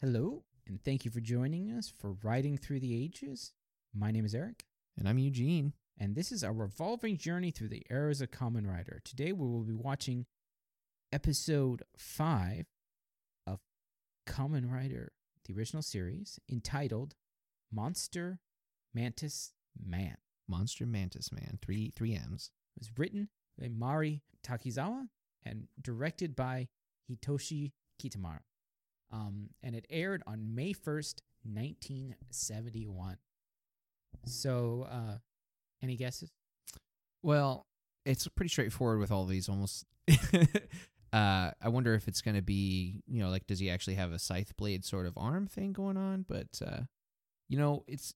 Hello, and thank you for joining us for Riding Through the Ages. My name is Eric, And I'm Eugene. and this is our revolving journey through the eras of Common Rider. Today we will be watching episode 5 of Common Rider, the original series, entitled Monster Mantis Man. Monster Mantis Man. Three three M's. It was written by Mari Takizawa and directed by Hitoshi Kitamura. Um, and it aired on May 1st, 1971. So, uh, any guesses? Well, it's pretty straightforward with all these almost uh I wonder if it's gonna be you know, like does he actually have a scythe blade sort of arm thing going on? But uh you know, it's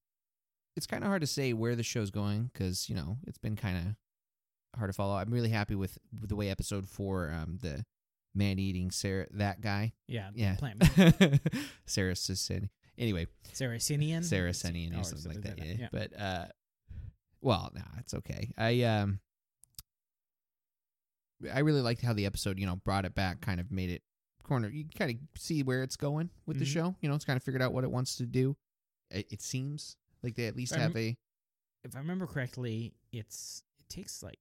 it's kind of hard to say where the show's going because you know it's been kind of hard to follow. I'm really happy with, with the way episode four, um, the man eating Sarah, that guy, Yeah. yeah, Plant Sarah Sissin. Anyway, Saracenian? Saracenian Oh, or something like that. Yeah. Yeah. But uh well, nah, it's okay. I um I really liked how the episode, you know, brought it back, kind of made it corner. You kind of see where it's going with the Mhm. show. You know, it's kind of figured out what it wants to do. It, it seems like they at least Um, have a If I remember correctly, it's it takes like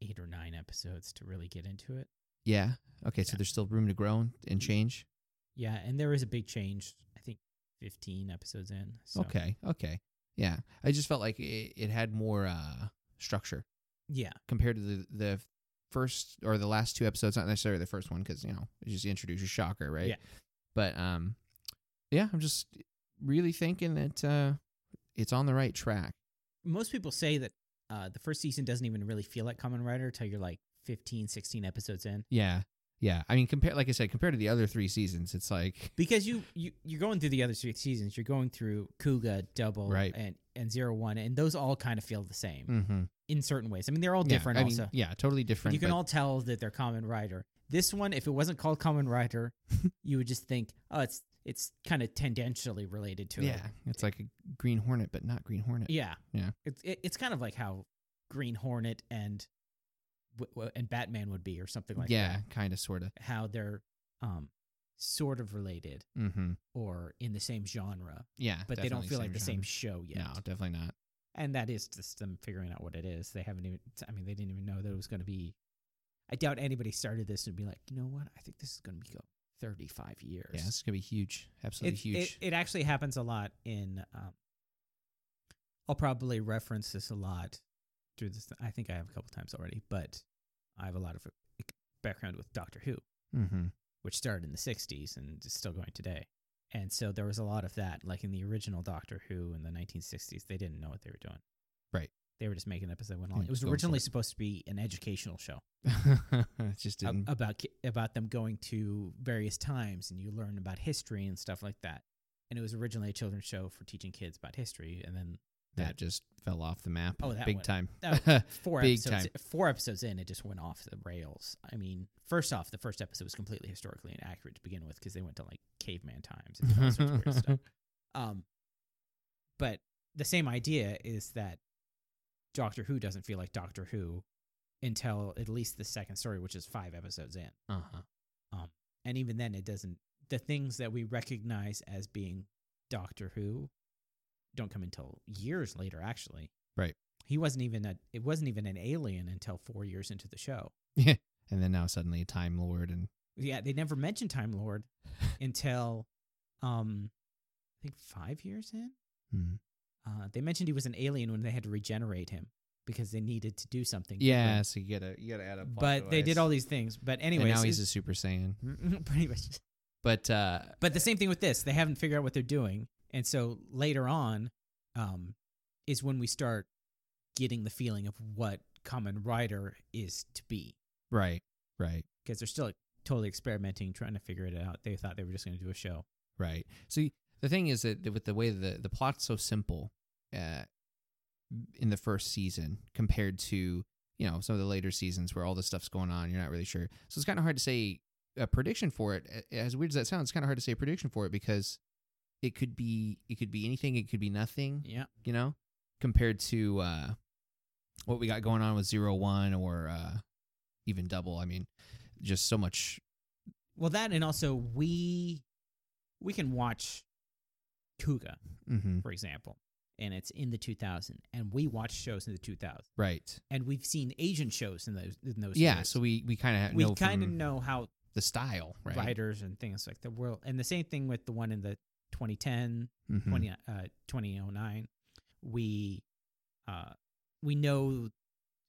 eight or nine episodes to really get into it. yeah. Okay, so yeah. there's still room to grow and- and change. Yeah, and there is a big change. I think 15 episodes in. So. Okay, okay, yeah. I just felt like it, it had more uh structure. Yeah. compared to the the first or the last two episodes, not necessarily the first one because you know it just introduces Shocker, right? Yeah. But um, yeah, I'm just really thinking that uh, it's on the right track. most people say that uh, the first season doesn't even really feel like Common Rider till you're like 15, 16 episodes in. Yeah, yeah. I mean, compare like I said, compared to the other three seasons, it's like Because you, you, you're going through the other three seasons. You're going through Kuga, Double, Right. and, and Zero One, and those all kind of feel the same mm-hmm. in certain ways. I mean, they're all different Yeah, I also. Mean, yeah, totally different. you can but- all tell that they're Common Rider. This one, if it wasn't called Common Rider, you would just think, oh, it's it's kind of tendentially related to it. yeah, it's like a Green Hornet, but not Green Hornet. Yeah, Yeah. It's it, it's kind of like how Green Hornet and w- w- and Batman would be, or something like that. yeah, kind of, sort of. how they're um sort of related Mm-hmm. or in the same genre, Yeah, but they don't definitely feel like the same genre. show yet. No, definitely not. And that is just them figuring out what it is. They haven't even I mean they didn't even know that it was going to be I doubt anybody started this and be like, "You know what? I think this is going to be go 35 years." Yeah, this is gonna be huge. Absolutely It, huge. it it actually happens a lot in um I'll probably reference this a lot through this I think I have a couple times already, but I have a lot of background with Doctor Who mm-hmm. which started in the 60s and is still going today. And so there was a lot of that, like in the original Doctor Who in the 1960s, they didn't know what they were doing. Right. They were just making up as they went along. Yeah, It was just going for originally it. supposed to be an educational show it just ab- didn't. about ki- about them going to various times and you learn about history and stuff like that. And it was originally a children's show for teaching kids about history. And then that just fell off the map. Oh, that big one. time. That- four Big episodes four episodes in, it just went off the rails. I mean, first off, the first episode was completely historically inaccurate to begin with because they went to like caveman times and all sorts of weird stuff. Um, but the same idea is that Doctor Who doesn't feel like Doctor Who until at least the second story, which is five episodes in. uh-huh. And even then, it doesn't. The things that we recognize as being Doctor Who don't come until years later, actually. Right. He wasn't even a. It wasn't even an alien until four years into the show. And then now suddenly a Time Lord and Yeah, they never mentioned Time Lord until, um, I think five years in. Hmm. Uh, they mentioned he was an alien when they had to regenerate him because they needed to do something. yeah. So you gotta you gotta add up. different. But they did all these things. But anyways, and now he's a Super Saiyan. it- pretty much. But uh, But the same thing with this. They haven't figured out what they're doing, and so later on, um, is when we start getting the feeling of what Common Rider is to be right, right, because they're still like, totally experimenting, trying to figure it out. They thought they were just going to do a show. right. So y- the thing is that with the way the the plot's so simple, uh, in the first season compared to you know some of the later seasons where all this stuff's going on, you're not really sure. So it's kind of hard to say a prediction for it. A- As weird as that sounds, it's kind of hard to say a prediction for it because it could be it could be anything, it could be nothing. Yeah, you know, compared to uh, what we got going on with Zero One or uh, even Double. I mean, just so much. Well, that and also we we can watch Kuga, Mm-hmm. for example, and it's in the 2000, and we watch shows in the 2000, Right. and we've seen Asian shows in those in those. Yeah. years. So we we kind of we know kind of from know how the style, right? writers and things like the world, and the same thing with the one in the 2010, Mhm. 20, uh, 2009. We uh, we know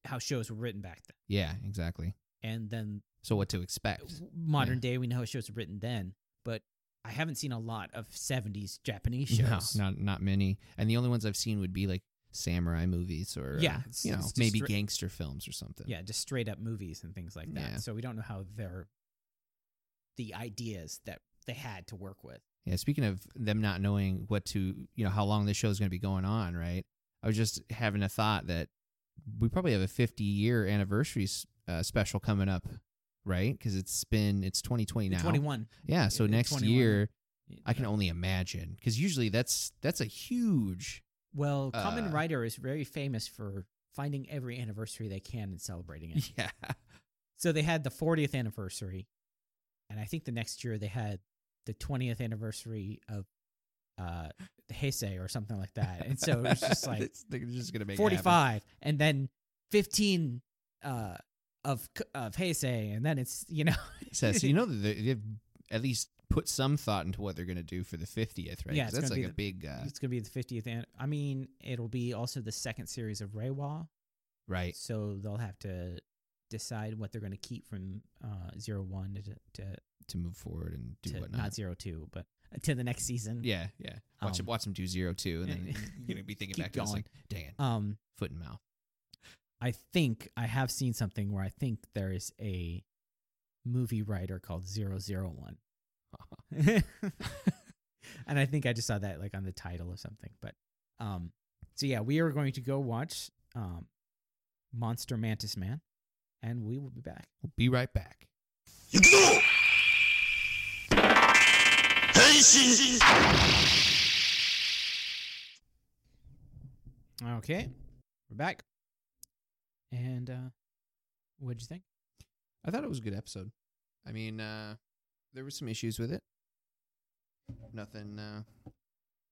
how shows were written back then, Yeah. Exactly. and then So what to expect? modern Yeah. day we know how shows were written then, but I haven't seen a lot of 70s Japanese No, shows. not not many. And the only ones I've seen would be like samurai movies or uh, Yeah, it's- you know, it's just maybe stra- gangster films or something. yeah, just straight up movies and things like that. Yeah. So we don't know how their the ideas that they had to work with. Yeah, speaking of them not knowing what to, you know, how long this show's going to be going on, right? I was just having a thought that we probably have a 50 year anniversary s- uh, special coming up, right? Because it's been, it's 2020 now. 21. Yeah. So in next 21. year, I can only imagine. Because usually that's, that's a huge, Well, Common uh, Rider is very famous for finding every anniversary they can and celebrating it. yeah. so they had the 40th anniversary, and I think the next year they had the 20th anniversary of uh, Heisei or something like that. And so it was just like It's- they're just going to make it happen. 45 and then 15 uh of c- of Heisei and then it's you know Says, so you know, that they- they've at least put some thought into what they're going to do for the 50th, right? Yeah, 'Cause it's gonna that's like be a the- big, uh, it's going to be the 50th an- I mean it'll be also the second series of Reiwa right. so they'll have to decide what they're going to keep from uh 01 to to, To move forward and do to whatnot. not 02 but uh, to the next season Yeah, yeah. Watch him Um, watch him do zero two, and then you're gonna be thinking keep back to this going. like, dang it, um foot and mouth. I think I have seen something where I think there is a movie writer called 001. and I think I just saw that like on the title of something. But um so yeah, we are going to go watch um Monster Mantis Man and we will be back. We'll be right back. 行くぞ変身 Okay. We're back. And uh what'd you think? I thought it was a good episode. I mean, uh, there were some issues with it. Nothing uh,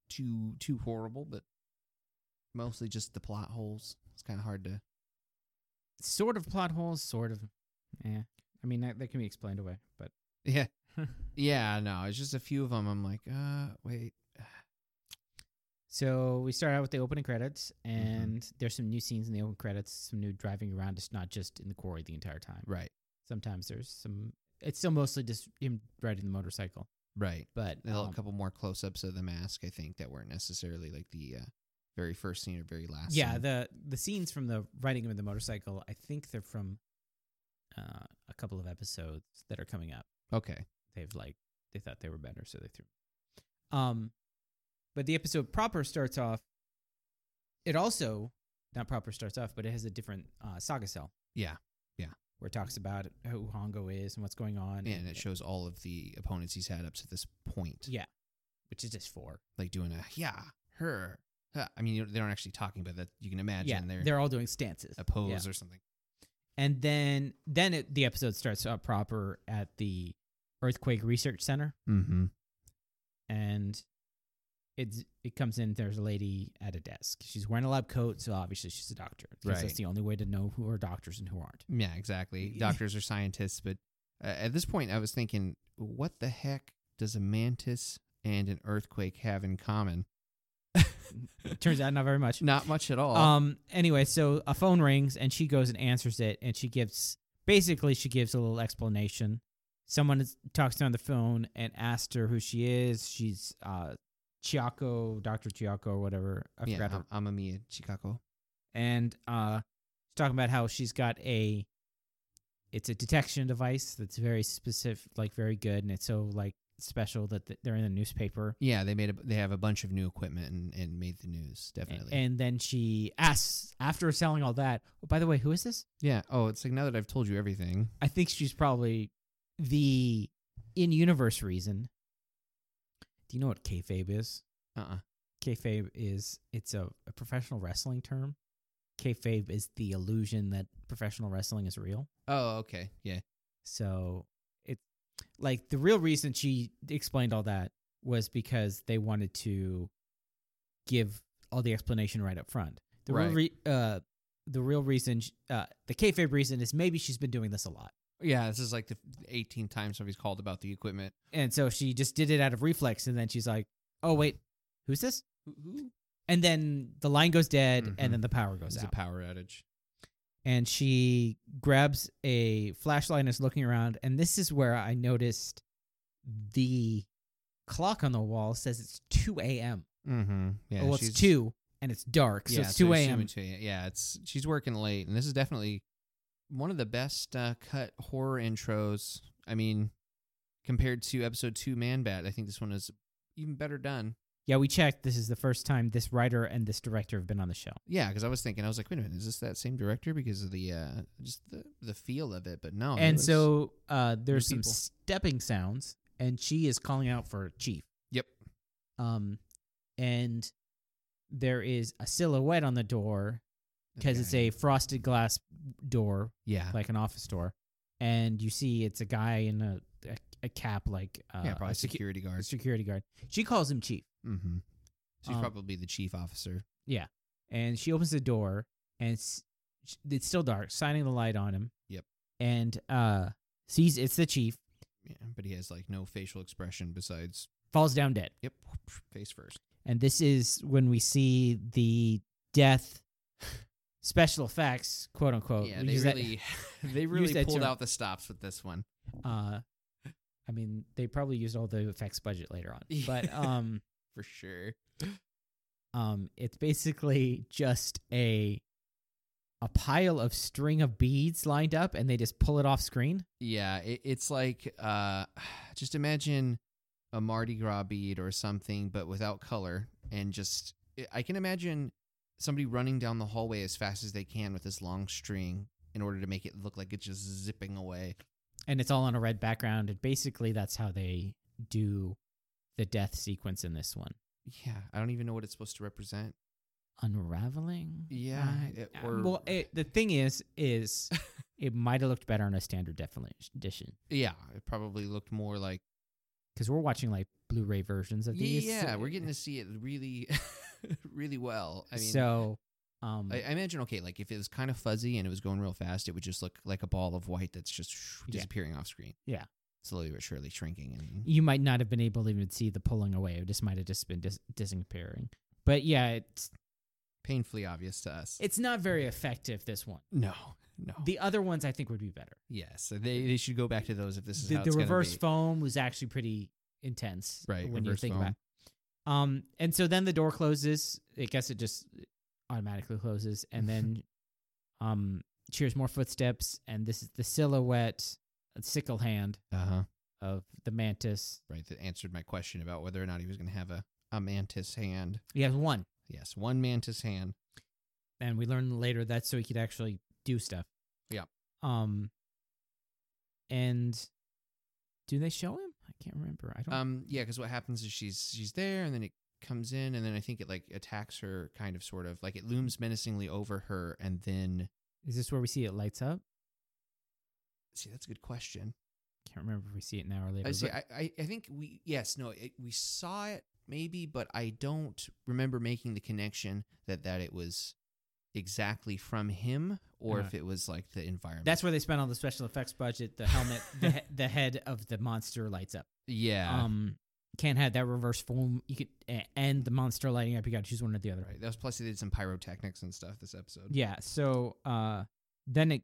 too too horrible, but mostly just the plot holes. It's kind of hard to. Sort of plot holes, sort of yeah. I mean that, that can be explained away, but Yeah, yeah. No, it's just a few of them. I'm like, uh, wait. So we start out with the opening credits, and there's some new scenes in the opening credits, some new driving around. It's not just in the quarry the entire time. Right, Sometimes there's some. It's still mostly just him riding the motorcycle, right. but There's a um, couple more close ups of the mask. I think that weren't necessarily like the uh, very first scene or very last. yeah, scene. the the scenes from the riding him in the motorcycle, I think they're from uh, a couple of episodes that are coming up. okay. They've like they thought they were better, so they threw. Um, but the episode proper starts off. It also not proper starts off, but it has a different uh, saga cell. Yeah. where it talks about who Hongo is and what's going on. and it shows all of the opponents he's had up to this point. Yeah. Which is just four. Like doing a yeah, her. huh." I mean, you- they aren't actually talking, but that you can imagine yeah, they're, they're all doing stances. a pose Yeah. or something. And then then it, the episode starts up proper at the Earthquake Research Center, Mm-hmm. and it's it comes in. There's a lady at a desk. She's wearing a lab coat, so obviously she's a doctor. 'cause Right. That's the only way to know who are doctors and who aren't. Yeah, exactly. Doctors or scientists, but uh, at this point, I was thinking, what the heck does a mantis and an earthquake have in common? It turns out not very much. Not much at all. Um. Anyway, so a phone rings and she goes and answers it, and she gives basically she gives a little explanation. Someone is, talks to her on the phone and asks her who she is. She's uh, Chiako, Doctor Chiako, or whatever. I yeah, forgot her. I'm, I'm a Mia Chicago. And uh, she's talking about how she's got a it's a detection device that's very specific, like very good, and it's so like special that th- they're in the newspaper. Yeah, they made a, they have a bunch of new equipment and, and made the news definitely. And then she asks after selling all that. Oh, by the way, who is this? yeah. Oh, it's like now that I've told you everything. I think she's probably the in universe reason. Do you know what kayfabe is? Uh. uh Kayfabe is it's a, a professional wrestling term. Kayfabe is the illusion that professional wrestling is real. Oh, okay. Yeah. So it's like the real reason she explained all that was because they wanted to give all the explanation right up front. The real, Right. re- uh, the real reason, sh- uh, the kayfabe reason is maybe she's been doing this a lot, Yeah, this is like the 18 times somebody's called about the equipment. and so she just did it out of reflex, and then she's like, "Oh wait, who's this?" And then the line goes dead, Mhm. and then the power goes It's a out. power outage. and she grabs a flashlight and is looking around. And this is where I noticed the clock on the wall says it's 2 a.m. Mm-hmm. Yeah, Oh, well, it's 2 and it's dark, so it's 2 a.m. assuming 2 a.m. Yeah, it's she's working late, and this is definitely one of the best uh, cut horror intros. I mean, compared to episode two, Man Bat, I think this one is even better done. Yeah, we checked. This is the first time this writer and this director have been on the show. Yeah, because I was thinking, I was like, wait a minute, is this that same director? Because of the uh, just the the feel of it, but no. Oh, it and was- so uh, there's new some people. stepping sounds, and she is calling out for Chief. Yep. Um, and there is a silhouette on the door that because it's guy- a frosted glass door yeah, like an office door, and you see it's a guy in a a, a cap like uh, yeah, probably a secu- security a guard. security guard. She calls him chief. mm-hmm. She's Um, probably the chief officer. and she opens the door and it's, it's still dark, shining the light on him. Yep. And uh sees it's the chief, Yeah, but he has like no facial expression besides falls down dead. yep, face first. And this is when we see the death special effects, quote unquote. yeah, We they use that- really they use really that pulled term. out the stops with this one. uh I mean, they probably used all the effects budget later on. But um for sure. Um, it's basically just a a pile of string of beads lined up, and they just pull it off screen. Yeah, it, it's like uh, just imagine a Mardi Gras bead or something, but without color, and just I- I can imagine somebody running down the hallway as fast as they can with this long string in order to make it look like it's just zipping away. And it's all on a red background. And basically, that's how they do the death sequence in this one. Yeah, I don't even know what it's supposed to represent. Unraveling. Yeah, Uh, it- uh, or- well, it, the thing is, is it might have looked better on a standard defini- edition Yeah, it probably looked more like because we're watching like Blu-ray versions of these. uh, yeah, we're getting to see it really, really well. I mean, so. Um, I, I imagine okay, like if it was kind of fuzzy and it was going real fast, it would just look like a ball of white that's just sh- Yeah. disappearing off screen. Yeah. slowly but surely shrinking. And you might not have been able to even see the pulling away. It just might have just been dis- disappearing. But yeah, it's painfully obvious to us. it's not very effective. This one. no, no. The other ones I think would be better. yes, they they should go back to those if this is The, how the it's gonna reverse be. foam was actually pretty intense. Right, When you reverse think foam. about. It. Um, and so then the door closes. I guess it just automatically closes, and then, um, she hears more footsteps, and this is the silhouette, a sickle hand Uh huh. of the mantis. Right. That answered my question about whether or not he was going to have a a mantis hand. He has one, Yes, one mantis hand. and we learn later that's so he could actually do stuff. Yeah. Um. And do they show him? I can't remember. I don't. Um. Yeah, because what happens is she's she's there, and then it comes in, and then I think it like attacks her, kind of, sort of, like it looms menacingly over her, and then is this where we see it lights up? see, that's a good question. Can't remember if we see it now or later. I see. but- I, I, I think we yes no it, we saw it maybe, but I don't remember making the connection that that it was exactly from him or Uh-huh. if it was like the environment. that's where they spent all the special effects budget. The helmet, the, he- the head of the monster lights up. yeah. Um, can't have that reverse form. You could a- and the monster lighting up. You got to choose one or the other. right. That was plus they did some pyrotechnics and stuff this episode. Yeah. So uh, then it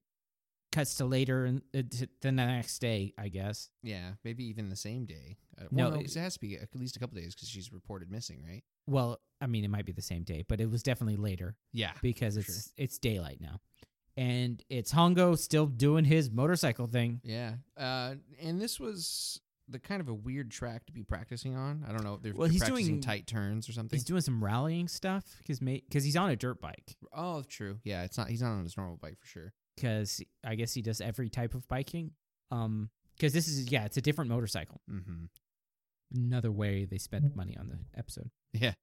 cuts to later and uh, t- the next day, I guess. Yeah, maybe even the same day. Uh, No, well, no, it- 'cause it has to be at least a couple days because she's reported missing, right? Well, I mean, it might be the same day, but it was definitely later. Yeah. because for it's sure. it's daylight now, and it's Hongo still doing his motorcycle thing. Yeah. Uh, and this was the kind of a weird track to be practicing on. I don't know. They're Well, they're he's practicing doing- tight turns or something. He's doing some rallying stuff because because he's on a dirt bike oh, true. Yeah, it's not. He's not on his normal bike for sure. because I guess he does every type of biking. Um, because this is yeah, it's a different motorcycle. Mm-hmm. Another way they spent money on the episode. Yeah.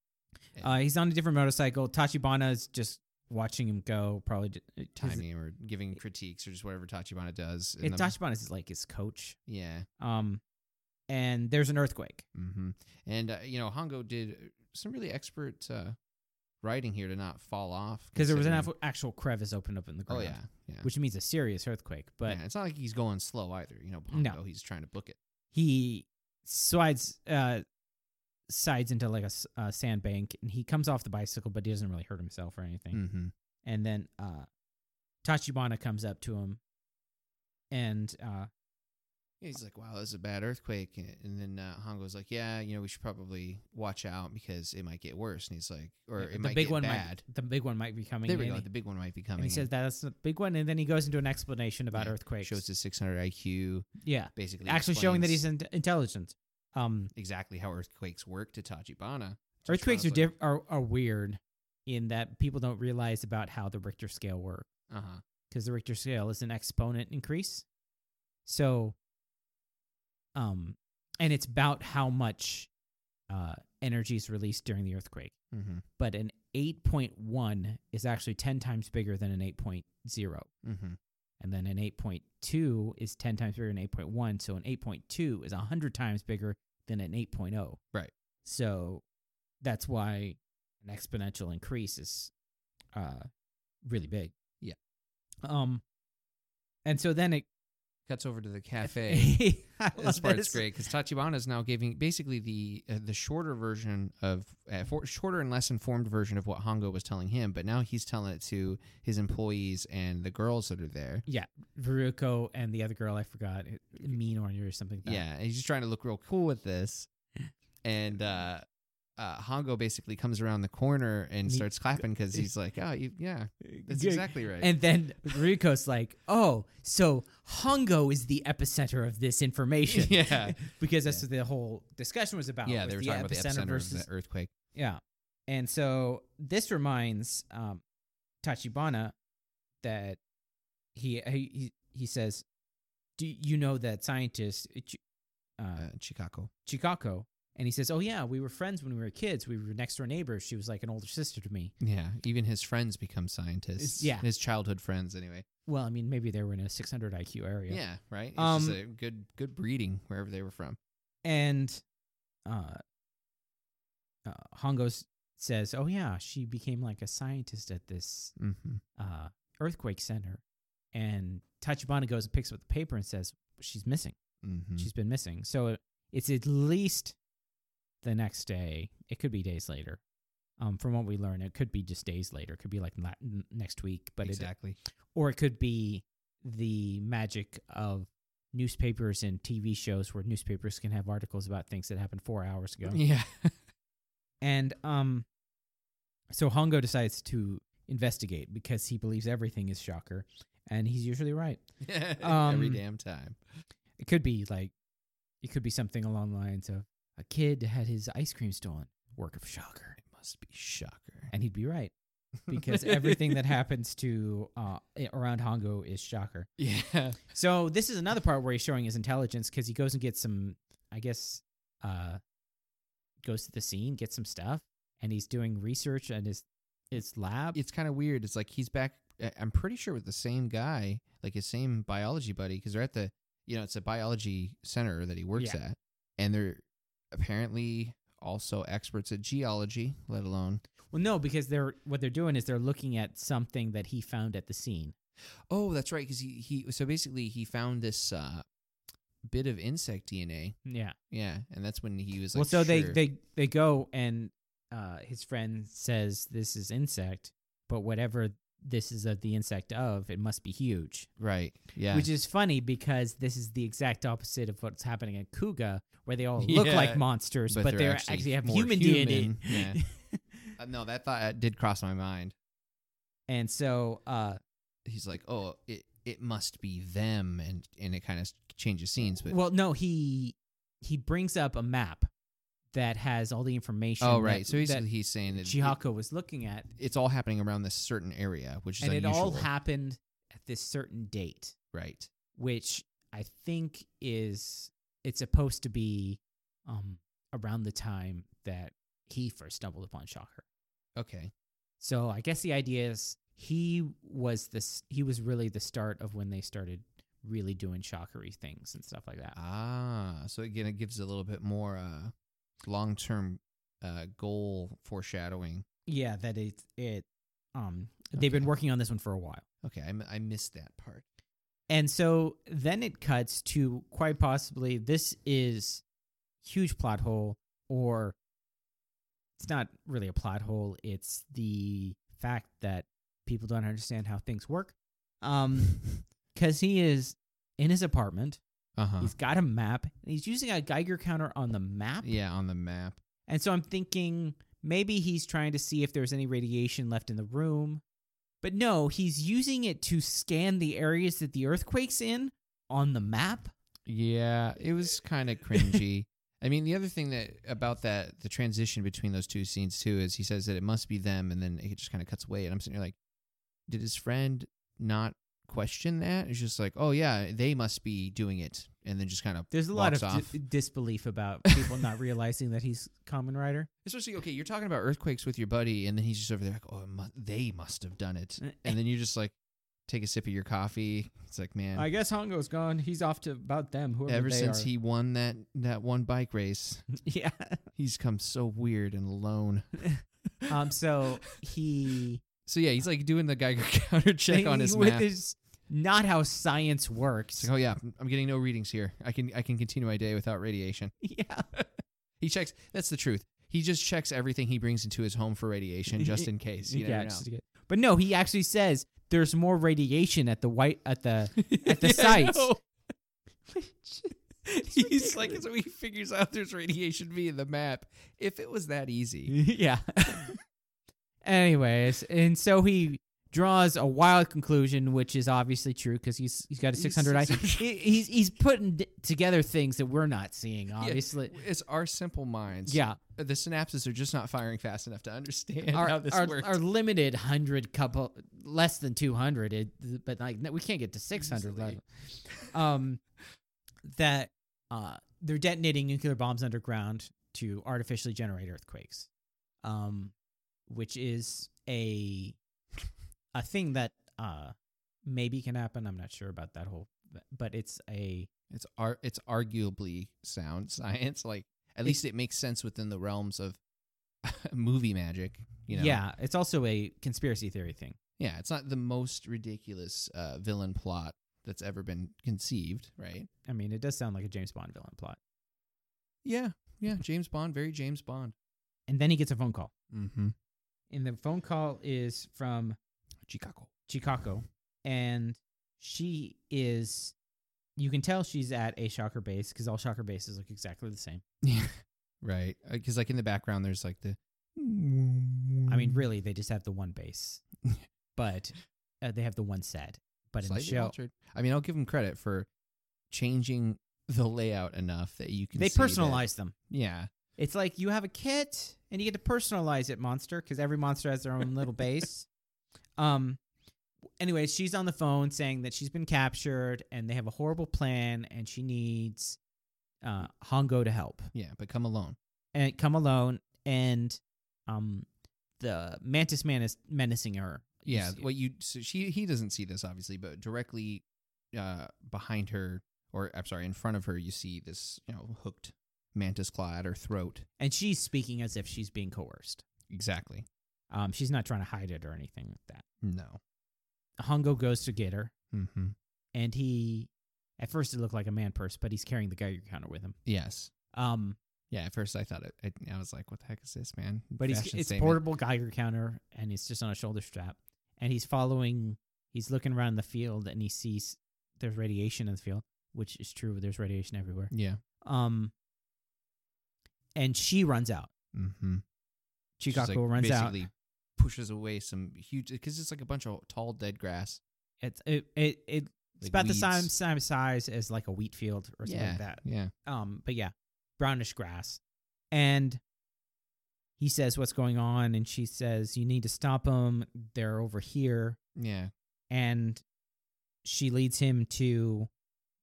Uh, he's on a different motorcycle. Tachibana is just watching him go. Probably d- his- Timing or giving critiques or just whatever Tachibana does. in It, the- Tachibana is like his coach. yeah. Um, and there's an earthquake. hmm And uh, you know, Hongo did some really expert uh, writing here to not fall off Because there was an considering- actual, actual crevice opened up in the Oh ground, yeah, yeah. which means a serious earthquake. But yeah, it's not like he's going slow either. You know, Hongo, No. he's trying to book it. he slides uh sides into like a s- uh, sandbank and he comes off the bicycle but he doesn't really hurt himself or anything Mm-hmm. and then uh tachibana comes up to him and uh He's like, "Wow, this is a bad earthquake." And and then uh, Hongo's like, "Yeah, you know, we should probably watch out because it might get worse." And he's like, "Or it the might big get one bad." might the big one might be coming there we in go. and The big one might be he- and coming. he says in. that's the big one and then he goes into an explanation about Yeah, earthquakes shows his 600 IQ, yeah basically actually showing that explains he's in- intelligent um exactly how earthquakes work to Tachibana. earthquakes Tachibana's are, like, diff- are are weird in that people don't realize about how the richter scale works Uh huh. because the Richter scale is an exponent increase. So, um, and it's about how much uh, energy is released during the earthquake. Mm-hmm. But an 8.1 is actually 10 times bigger than an 8.0. Mm-hmm. And then an 8.2 is 10 times bigger than 8.1. So an 8.2 is 100 times bigger than an 8.0. Right. So that's why an exponential increase is uh, really big. Yeah. Um, and so then it. Cuts over to the cafe. I this love part's this. great because Tachibana is now giving basically the uh, the shorter version of uh, for, shorter and less informed version of what Hongo was telling him, but now he's telling it to his employees and the girls that are there. Veruco and the other girl I forgot, it- Mean Ornery or something. like that. Yeah, and he's just trying to look real cool with this, and uh, uh, Hongo basically comes around the corner and he- starts clapping because he's like, "Oh, you, yeah, that's Yeah. exactly right." And then Ruko's like, "Oh, so Hongo is the epicenter of this information." yeah, because that's what the whole discussion was about. yeah, was they were the talking about the epicenter versus of the earthquake. yeah. And so this reminds um, Tachibana that he he he- he says, "Do you know that scientist uh, Chi- Uh, uh, Chicago. Chikako?" And he says, "Oh yeah, we were friends when we were kids. We were next door neighbors. She was like an older sister to me. Yeah, even his friends become scientists. yeah. his childhood friends anyway. Well, I mean, maybe they were in a 600 IQ area. Yeah, right. It's Um, just a good good breeding wherever they were from. and uh, uh Hongo s- says, "Oh yeah, she became like a scientist at this Mm-hmm. uh earthquake center." And Tachibana goes and picks up the paper and says, "She's missing. Mm-hmm. She's been missing." So it- it's at least the next day. It could be days later. Um, from what we learn, it could be just days later. It could be like la- n- next week, but it, exactly. or it could be the magic of newspapers and TV shows where newspapers can have articles about things that happened four hours ago. yeah. And um, so Hongo decides to investigate because he believes everything is shocker, and he's usually right. Every Um, damn time. It could be like, it could be something along the lines of a kid had his ice cream stolen, work of shocker, It must be shocker. and he'd be right because everything that happens to uh, around Hongo is shocker. yeah. So this is another part where he's showing his intelligence because he goes and gets some, I guess, uh, goes to the scene, gets some stuff, and he's doing research at his his lab. It's kind of weird. It's like he's back. I- I'm pretty sure with the same guy, like his same biology buddy, because they're at the, you know, it's a biology center that he works Yeah. at, and they're apparently also experts at geology, let alone well, no, because they're what they're doing is they're looking at something that he found at the scene. Oh, that's right. Because he, he so basically he found this uh, bit of insect DNA. Yeah. Yeah, and that's when he was like, well, so they sure. they they go and uh, his friend says this is insect, but whatever this is of the insect of, it must be huge. right, yeah, Which is funny because this is the exact opposite of what's happening at Kuga, where they all look Yeah. like monsters, but, they actually, have more human, human. DNA. Yeah. Uh, no, that thought that did cross my mind. and so, uh, He's like, oh, it it must be them, and and it kind of changes scenes, but well, no, he he brings up a map that has all the information. oh that- right, so that basically he's saying that it- Chihako was looking at, it's all happening around this certain area, which is and it all unusual. happened at this certain date, right. which I think is it's supposed to be um, around the time that he first stumbled upon Shocker. Okay. So I guess the idea is he was this he was really the start of when they started really doing shockery things and stuff like that. Ah, so again, it gives a little bit more uh, long term uh, goal foreshadowing. Yeah, that it it um they've been Okay. working on this one for a while. Okay, I, m- I missed that part. And so then it cuts to quite possibly this is huge plot hole or it's not really a plot hole, it's the fact that people don't understand how things work. Um cuz he is in his apartment, Uh huh. he's got a map, and he's using a Geiger counter on the map. Yeah, on the map. And so I'm thinking maybe he's trying to see if there's any radiation left in the room. But no, he's using it to scan the areas that the earthquake's in on the map. Yeah, it was kind of cringy. I mean, the other thing that about that the transition between those two scenes too is he says that it must be them, and then it just kind of cuts away, and I'm sitting here like, did his friend not question that? It's just like, oh yeah, they must be doing it, and then just kind of There's a lot walks of off. di- disbelief about people not realizing that he's Common Rider. Especially okay, you're talking about earthquakes with your buddy, and then he's just over there like, oh, it mu- they must have done it, and then you just like take a sip of your coffee. It's like, man, I guess Hongo's gone. He's off to about them, whoever ever they since are. he won that that one bike race, yeah. he's come so weird and alone. Um. So he So yeah, he's like doing the Geiger counter check on his with map. his not how science It's works. like, oh yeah, I'm getting no readings here. I can I can continue my day without radiation. yeah. He checks. That's the truth. He just checks everything he brings into his home for radiation, just in case. You yeah, never know. just to get- but no, he actually says there's more radiation at the white at the at the Yeah, I sites. know. He's like, so he figures out there's radiation via the map. If it was that easy, yeah. Anyways, and so he draws a wild conclusion, which is obviously true because he's he's got a He's 600 IQ. 600. He- he's he's putting d- together things that we're not seeing. Obviously, it's our simple minds. yeah. the synapses are just not firing fast enough to understand Our, how this our, works. our limited hundred couple less than two hundred, it but like no, we can't get to six hundred Easily. level. Um, that uh, they're detonating nuclear bombs underground to artificially generate earthquakes, um, which is a a thing that uh maybe can happen. I'm not sure about that whole, but it's a it's ar- it's arguably sound science. Like at least it makes sense within the realms of movie magic. You know. yeah, it's also a conspiracy theory thing. Yeah. It's not the most ridiculous uh, villain plot that's ever been conceived, right? I mean, it does sound like a James Bond villain plot. Yeah. Yeah. James Bond, very James Bond. And then he gets a phone call. Mm-hmm. And the phone call is from Chicago. Chikako, and she is. You can tell she's at a shocker base because all shocker bases look exactly the same. Yeah. Right. Because, like, in the background, there's like the. I Mm-hmm. mean, really, they just have the one base, but uh, they have the one set. But in the Slightly show, altered. I mean, I'll give them credit for changing the layout enough that you can they see that- personalize them. yeah. It's like you have a kit and you get to personalize it, monster, because every monster has their own little base. Um. Anyway, she's on the phone saying that she's been captured and they have a horrible plan and she needs uh, Hongo to help. Yeah. But come alone. and come alone and um the mantis man is menacing her You Yeah. see- What you. So she. He doesn't see this, obviously, but directly uh, behind her, or I'm sorry, in front of her, you see this, you know, hooked mantis claw at her throat. and she's speaking as if she's being coerced Exactly. um she's not trying to hide it or anything like that No. hongo goes to get her Mm-hmm. and he at first it looked like a man purse but he's carrying the geiger counter with him Yes. um Yeah, at first I thought it. it I was like, "What the heck is this, man?" but he's Fashion it's statement. portable geiger counter and it's just on a shoulder strap and he's following he's looking around the field and he sees there's radiation in the field which is true there's radiation everywhere Yeah. um and she runs out Mm-hmm. Chikako runs out. basically Pushes away some huge because it's like a bunch of tall dead grass. It's it it, it it's like about weeds. the same same size as like a wheat field or something yeah, like that. Yeah. Um, but yeah, brownish grass. And he says, "What's going on?" And she says, "You need to stop them. They're over here." Yeah. And she leads him to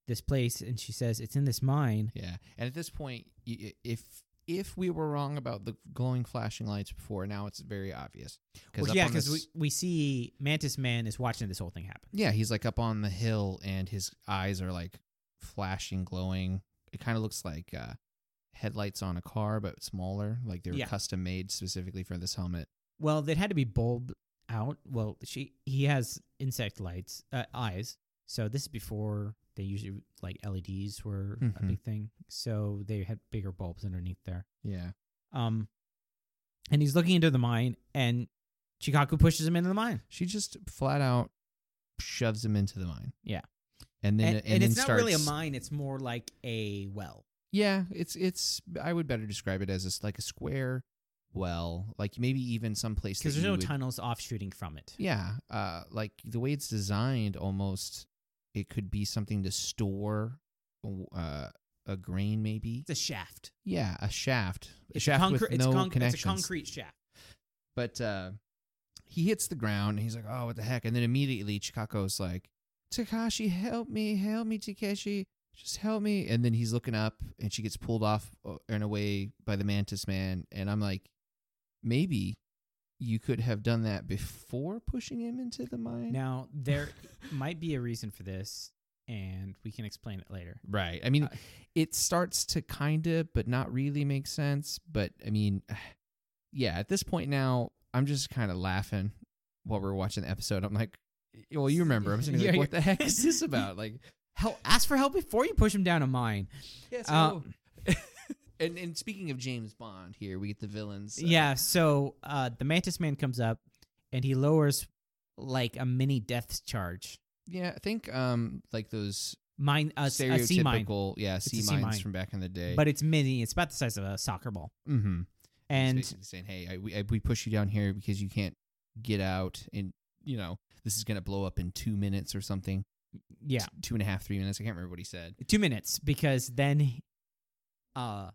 this place, and she says, "It's in this mine." Yeah. And at this point, y- i- if if we were wrong about the glowing flashing lights before, now it's very obvious. Well, up yeah, on because we, this- we see Mantis Man is watching this whole thing happen. yeah, he's like up on the hill and his eyes are like flashing, glowing. It kind of looks like uh, headlights on a car, but smaller. Like they were Yeah. custom made specifically for this helmet. Well, they had to be bulb out. Well, she he has insect lights uh, eyes. So this is before they usually like LEDs were a Mhm. big thing. So they had bigger bulbs underneath there. Yeah. Um, and he's looking into the mine, and Chikaku pushes him into the mine. She just flat out shoves him into the mine. Yeah. And then And, and, and it's then not starts, really a mine; it's more like a well. Yeah, it's it's I would better describe it as a s like a square well, like maybe even someplace that Because there's you no would- tunnels offshooting from it. Yeah, uh, like the way it's designed, almost it could be something to store uh, a grain, maybe. It's a shaft. Yeah, a shaft, a It's shaft concre- with it's no conc- connections. It's a concrete shaft. But uh, he hits the ground and he's like, "Oh, what the heck!" And then immediately Chikako's like, "Takashi, help me, help me, Takeshi, just help me!" And then he's looking up and she gets pulled off uh, and away by the mantis man. And I'm like, maybe you could have done that before pushing him into the mine. Now there might be a reason for this, and we can explain it later. Right. I mean, Uh, it starts to kind of, but not really make sense. But I mean, yeah, at this point now, I'm just kind of laughing while we're watching the episode. I'm like, well, you remember. I'm sitting here Yeah, like, what the heck you're- is this about? Like, Help! Ask for help before you push him down a mine. yes, Uh, and, and speaking of James Bond here, we get the villains. uh, Yeah. So uh, the Mantis Man comes up, and he lowers like a mini death charge Yeah. I think um like those mine, a, s- a sea mine, stereotypical, yeah, a sea sea mines mine. from back in the day. but it's mini. It's about the size of a soccer ball, mm-hmm. and He's basically saying, "Hey, I, we, I, we push you down here because you can't get out, and you know this is gonna blow up in two minutes or something. yeah, T- two and a half, three minutes. I can't remember what he said. two minutes because then, uh,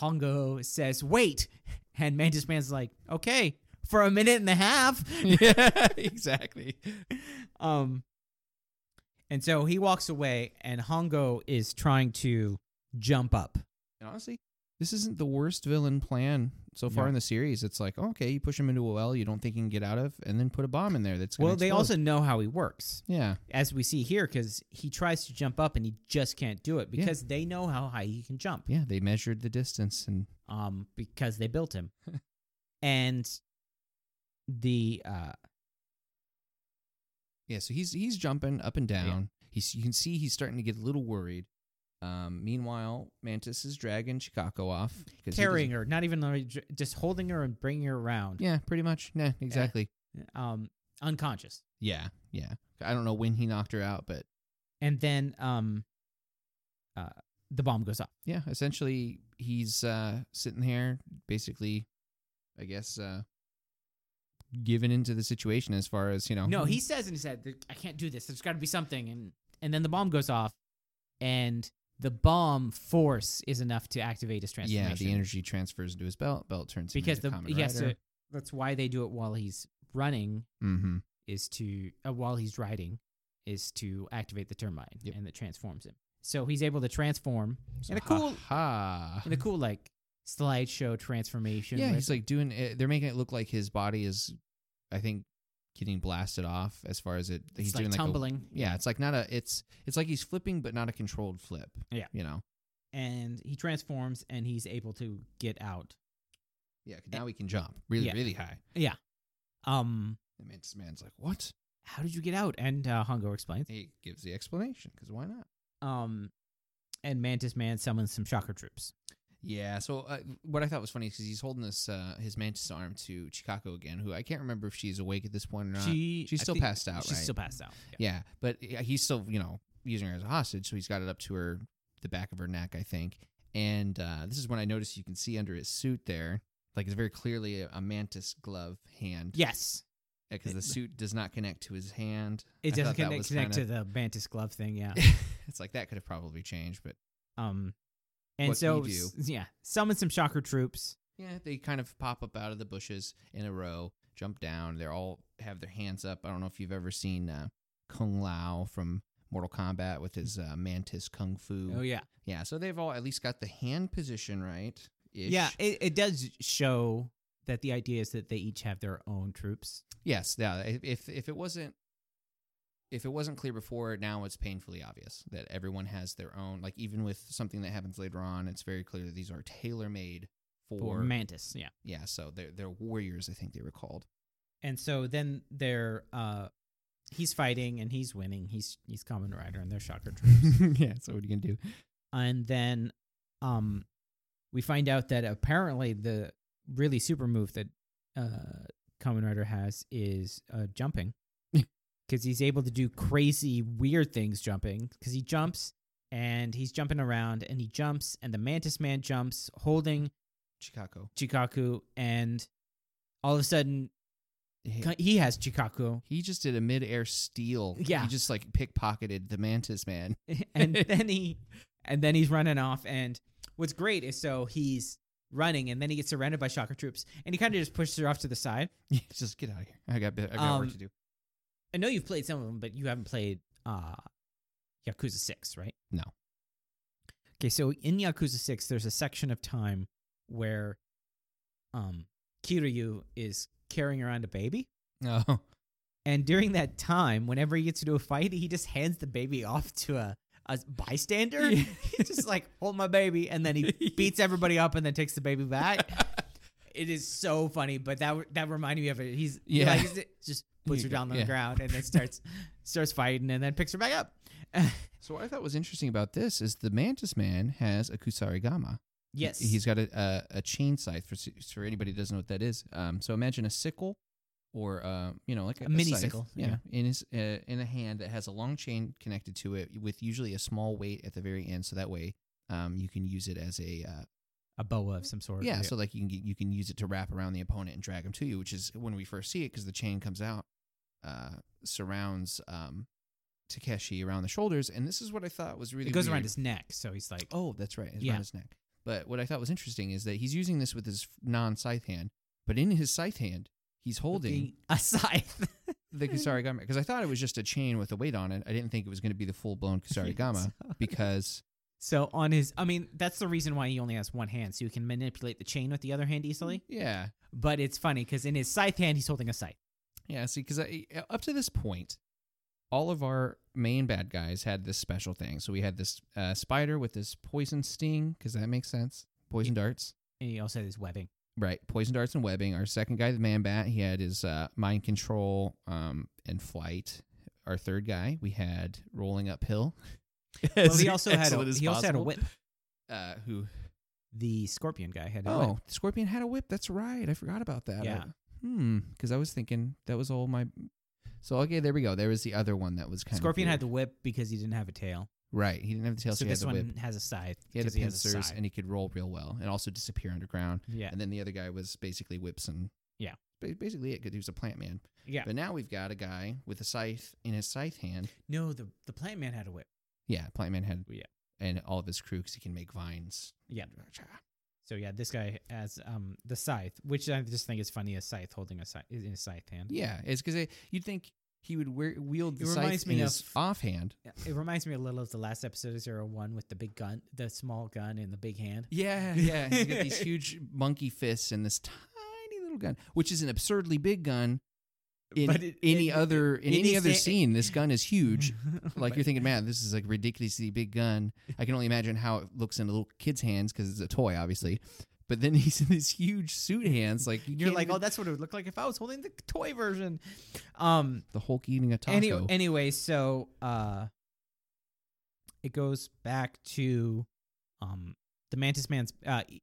Hongo says wait, and Mantis Man's like okay for a minute and a half. yeah, exactly. Um, and so he walks away, and Hongo is trying to jump up. And honestly, this isn't the worst villain plan so far No. in the series. It's like, okay, you push him into a well you don't think he can get out of, and then put a bomb in there. That's gonna Well, they explode. also know how he works, yeah, as we see here, because he tries to jump up and he just can't do it Yeah. because they know how high he can jump. yeah. They measured the distance, and um, because they built him. and the uh, yeah, so he's he's jumping up and down. He's you can see he's starting to get a little worried. Um, meanwhile, Mantis is dragging Chicago off 'cause he doesn't- carrying her, not even really dr- just holding her and bringing her around, Yeah, pretty much. Nah, exactly. um, unconscious. Yeah. yeah, I don't know when he knocked her out, but And then um, uh, the bomb goes off. yeah, essentially he's uh, sitting there, basically, I guess, uh, giving into the situation as far as you know. No, he says and he said, "I can't do this. There's got to be something." And and then the bomb goes off, and the bomb force is enough to activate his transformation. yeah, the energy transfers into his belt. Belt turns him because into the Kamen yes, Rider. so that's why they do it while he's running mm-hmm. is to uh, while he's riding is to activate the termite Yep. and it transforms him. So he's able to transform So, in a cool ha. in a cool like slideshow transformation. Yeah, with- he's like doing. It, they're making it look like his body is, I think, getting blasted off as far as it. it's he's like doing like a tumbling. Yeah, it's like not a it's it's like he's flipping but not a controlled flip. Yeah. You know. and he transforms and he's able to get out. Yeah, 'cause now he can jump really Yeah. really high. Um, The man's man's like, "What?" how did you get out? And uh, Hongo explains. He gives the explanation cuz why not? Um, and Mantis Man summons some shocker troops. Yeah, so uh, what I thought was funny is 'cause he's holding this uh, his mantis arm to Chikako again, who I can't remember if she's awake at this point or not. she she's I still think passed out, She's right? still passed out. yeah, but yeah, he's still, you know, using her as a hostage, so he's got it up to her the back of her neck, I think. And uh, this is when I noticed you can see under his suit there, like it's very clearly a, a mantis glove hand. Yes, because the suit does not connect to his hand. it I doesn't thought that connect, was connect to kinda- the Mantis glove thing. Yeah. it's like that could have probably changed, but Um, and What can so you s- yeah, summon some shocker troops. yeah, they kind of pop up out of the bushes in a row, jump down. They're all have their hands up. I don't know if you've ever seen uh, Kung Lao from Mortal Kombat with his uh, mantis kung fu. Oh yeah, Yeah, so they've all at least got the hand position right. yeah. It, it does show that the idea is that they each have their own troops. Yes. Yeah. if- If if it wasn't if it wasn't clear before, now it's painfully obvious that everyone has their own. Like even with something that happens later on, it's very clear that these are tailor made Or for. Mantis, yeah. yeah. So they're they're warriors. I think they were called. And so then they're uh, he's fighting and he's winning. He's he's Common Rider and they're Shocker troops. yeah. So what are you gonna do? and then um we find out that apparently the really super move that uh Kamen Rider has is uh jumping because he's able to do crazy weird things jumping because he jumps and he's jumping around and he jumps and the mantis man jumps holding Chicago. Chikaku and all of a sudden He, Ka- he has Chikaku he just did a mid air steal. Yeah. He just like pickpocketed the mantis man. and then he and then he's running off and what's great is so he's running and then he gets surrounded by shocker troops and he kind of just pushes her off to the side He's just get out of here. I got bit- I got Um, work to do. i know you've played some of them but you haven't played uh yakuza 6 right No. okay so in yakuza 6 there's a section of time where um kiryu is carrying around a baby Oh. and during that time whenever he gets into a fight he just hands the baby off to a a bystander Yeah. He's just like hold my baby and then he beats everybody up and then takes the baby back. it is so funny, but that that reminded me of it. He's yeah, Yeah. like, is it- just puts You her go- down on the yeah. ground and then starts starts fighting and then picks her back up. So what I thought was interesting about this is the mantis man has a kusarigama. yes, He's got a, a, a chain scythe for s- for anybody who doesn't know what that is. Um, so imagine a sickle, or uh, you know, like a, A mini scythe, sickle, Yeah, in his uh, in a hand that has a long chain connected to it with usually a small weight at the very end, so that way. Um, you can use it as a uh, a boa of some sort. yeah, so like you can get- you can use it to wrap around the opponent and drag him to you, which is when we first see it because the chain comes out, uh, surrounds um, Takeshi around the shoulders, and this is what I thought was really it goes weird. around his neck, so he's like, Oh, that's right. It's Yeah. around his neck. But what I thought was interesting is that he's using this with his non scythe hand, but in his scythe hand, he's holding a scythe. the Kusarigama. Because I thought it was just a chain with a weight on it. I didn't think it was going to be the full blown Kusarigama because, so on his, I mean, that's the reason why he only has one hand, so he can manipulate the chain with the other hand easily. yeah. But it's funny because in his scythe hand, he's holding a scythe. Yeah, see, because up to this point, all of our main bad guys had this special thing. So we had this uh, spider with this poison sting, because that makes sense. Poison darts. And he also has his webbing. Right, poison darts and webbing. Our second guy, the man bat, he had his uh, mind control um, and flight. Our third guy, we had rolling uphill. Well, he also had a, he also had a whip. Uh, who? The scorpion guy had a whip. Oh, Scorpion had a whip. That's right. I forgot about that. Yeah. Hmm. Because I was thinking that was all my. So okay, there we go. There was the other one that was kind Scorpion of had the whip because he didn't have a tail. right. He didn't have the tail. So, so he had this the one whip. has a scythe. He had the because has a pincers scythe. and he could roll real well and also disappear underground. yeah, And then the other guy was basically whips and Yeah. ba- basically it because he was a plant man. yeah. But now we've got a guy with a scythe in his scythe hand. No, the the plant man had a whip. Yeah, plant man had Yeah. and all of his crew because he can make vines. Yeah. So yeah, this guy has um the scythe, which I just think is funny. A scythe holding a scythe in a scythe hand. Yeah, it's because you'd think he would wear, wield the It reminds scythe me in his of- offhand. Yeah, It reminds me a little of the last episode of Zero One with the big gun, the small gun, and the big hand. Yeah, yeah. He's got these huge monkey fists and this tiny little gun, which is an absurdly big gun. In But it- any it- other in any any other sa- scene, this gun is huge. like But- you're thinking, man, this is like ridiculously big gun. I can only imagine how it looks in a little kid's hands because it's a toy, obviously. But then he's in these huge suit hands, like you You're can't like, even- oh, that's what it would look like if I was holding the toy version. Um. the Hulk eating a taco. Any- anyway, so uh, it goes back to um the Mantis Man's uh, I-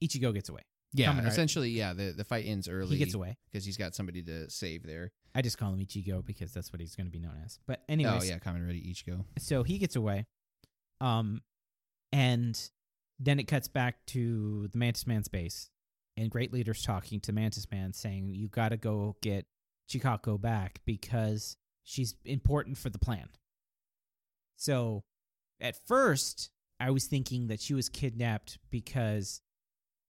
Ichigo gets away. yeah, coming, right? essentially, yeah. The the fight ends early. He gets away. because he's got somebody to save there. I just call him Ichigo because that's what he's going to be known as. But anyway, oh yeah, common ready each go. so he gets away, um, and then it cuts back to the Mantis Man's base and Great Leader's talking to Mantis Man, saying, "You got to go get Chikako back because she's important for the plan." So, at first, I was thinking that she was kidnapped because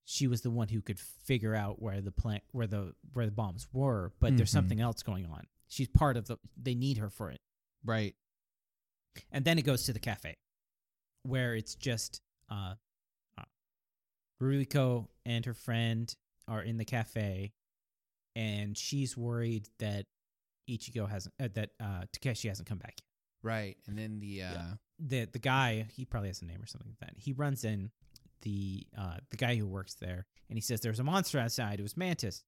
she was the one who could figure out where the plan, where the where the bombs were, but there's Mhm. something else going on. She's part of the. They need her for it. Right. and then it goes to the cafe, where it's just uh, uh, Ruiko and her friend are in the cafe, and she's worried that Ichigo hasn't uh, that uh, Takeshi hasn't come back. Right. And then the uh yet. The the guy he probably has a name or something like that. He runs in the uh, the guy who works there, and he says there's a monster outside. It was Mantis,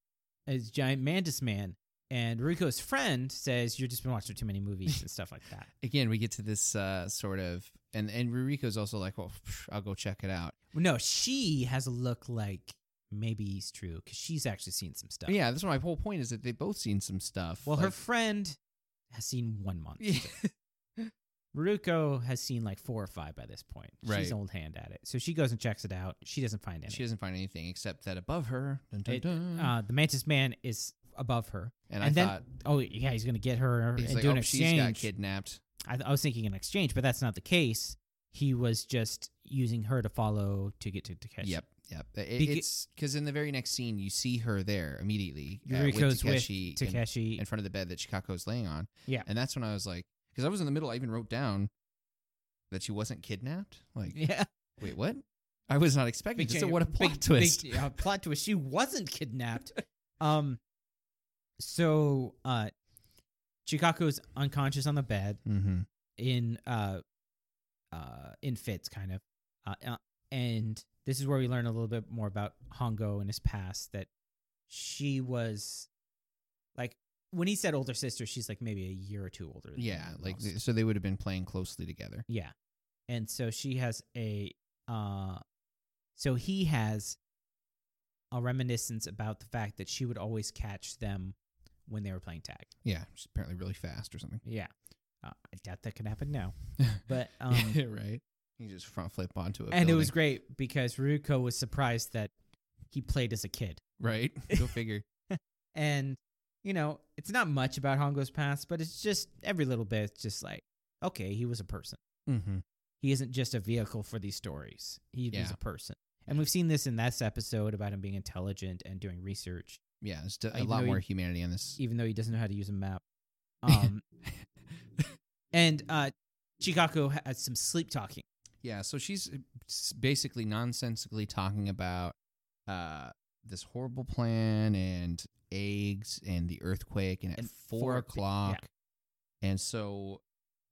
it's giant Mantis man. And Ruiko's friend says you've just been watching too many movies and stuff like that. again we get to this uh sort of and and Ruriko's also like, well, pff, I'll go check it out. Well, No, she has a look like maybe it's true because she's actually seen some stuff. But yeah, that's my whole point is that they both seen some stuff. Well, her like- friend has seen one month. Yeah. Ruko has seen like four or five by this point. Right. She's old hand at it. So she goes and checks it out. She doesn't find anything. she doesn't find anything except that above her, dun, dun, It- dun. uh, the mantis man is above her. and, I and then- thought Oh yeah, he's gonna get her he's and like, do an oh, she's got exchange. kidnapped. I, I was thinking an exchange, but that's not the case. He was just using her to follow to get to Takeshi. Yep, yep. It, Beca- it's because in the very next scene you see her there immediately uh, Yuriko's with Takeshi in- Takeshi. in front of the bed that Chikako's laying on. Yeah. and that's when I was like, because I was in the middle. I even wrote down that she wasn't kidnapped. Like, yeah. wait, what? I was not Big expecting. this. change- what a plot big- twist! big- yeah, plot twist. She wasn't kidnapped. um. So, uh, Chikako's unconscious on the bed mm-hmm. in uh, uh, in fits, kind of. Uh, uh, and this is where we learn a little bit more about Hongo and his past. That she was, like, when he said older sister, she's like maybe a year or two older. than Yeah, everyone like else. th- so they would have been playing closely together. Yeah. And so she has a uh so he has a reminiscence about the fact that she would always catch them when they were playing tag. Yeah, she's apparently really fast or something. Yeah. Uh, I doubt that could happen now. But um Yeah, right. You just front flip onto it, and it was great because Ruko was surprised that he played as a kid. right. Go figure. And you know, it's not much about Hongo's past, but it's just every little bit it's just like okay, he was a person. mm-hmm. he isn't just a vehicle for these stories. He is Yeah. a person. And we've seen this in this episode about him being intelligent and doing research, Yeah, it's d- a Even lot though more you- humanity on this. even though he doesn't know how to use a map. Um, and uh, Chikako has some sleep talking. Yeah, so she's uh, s- basically nonsensically talking about uh, this horrible plan and eggs and the earthquake and at And four four- o'clock, and so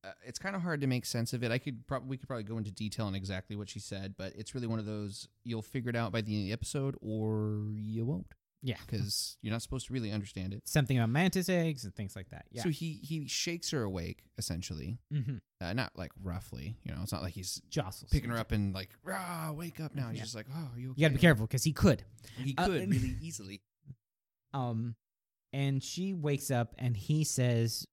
uh, it's kind of hard to make sense of it. I could probably we could probably go into detail on exactly what she said, but it's really one of those you'll figure it out by the end of the episode or you won't Yeah. because you're not supposed to really understand it. Something about mantis eggs and things like that. Yeah. So he he shakes her awake essentially, mm-hmm. uh, not like roughly, you know, it's not like he's Jostles. picking her up and like, rah, wake up now. He's Yeah. just like, oh, are you okay? You got to be careful because he could. He Uh, could really easily. Um, and she wakes up and he says,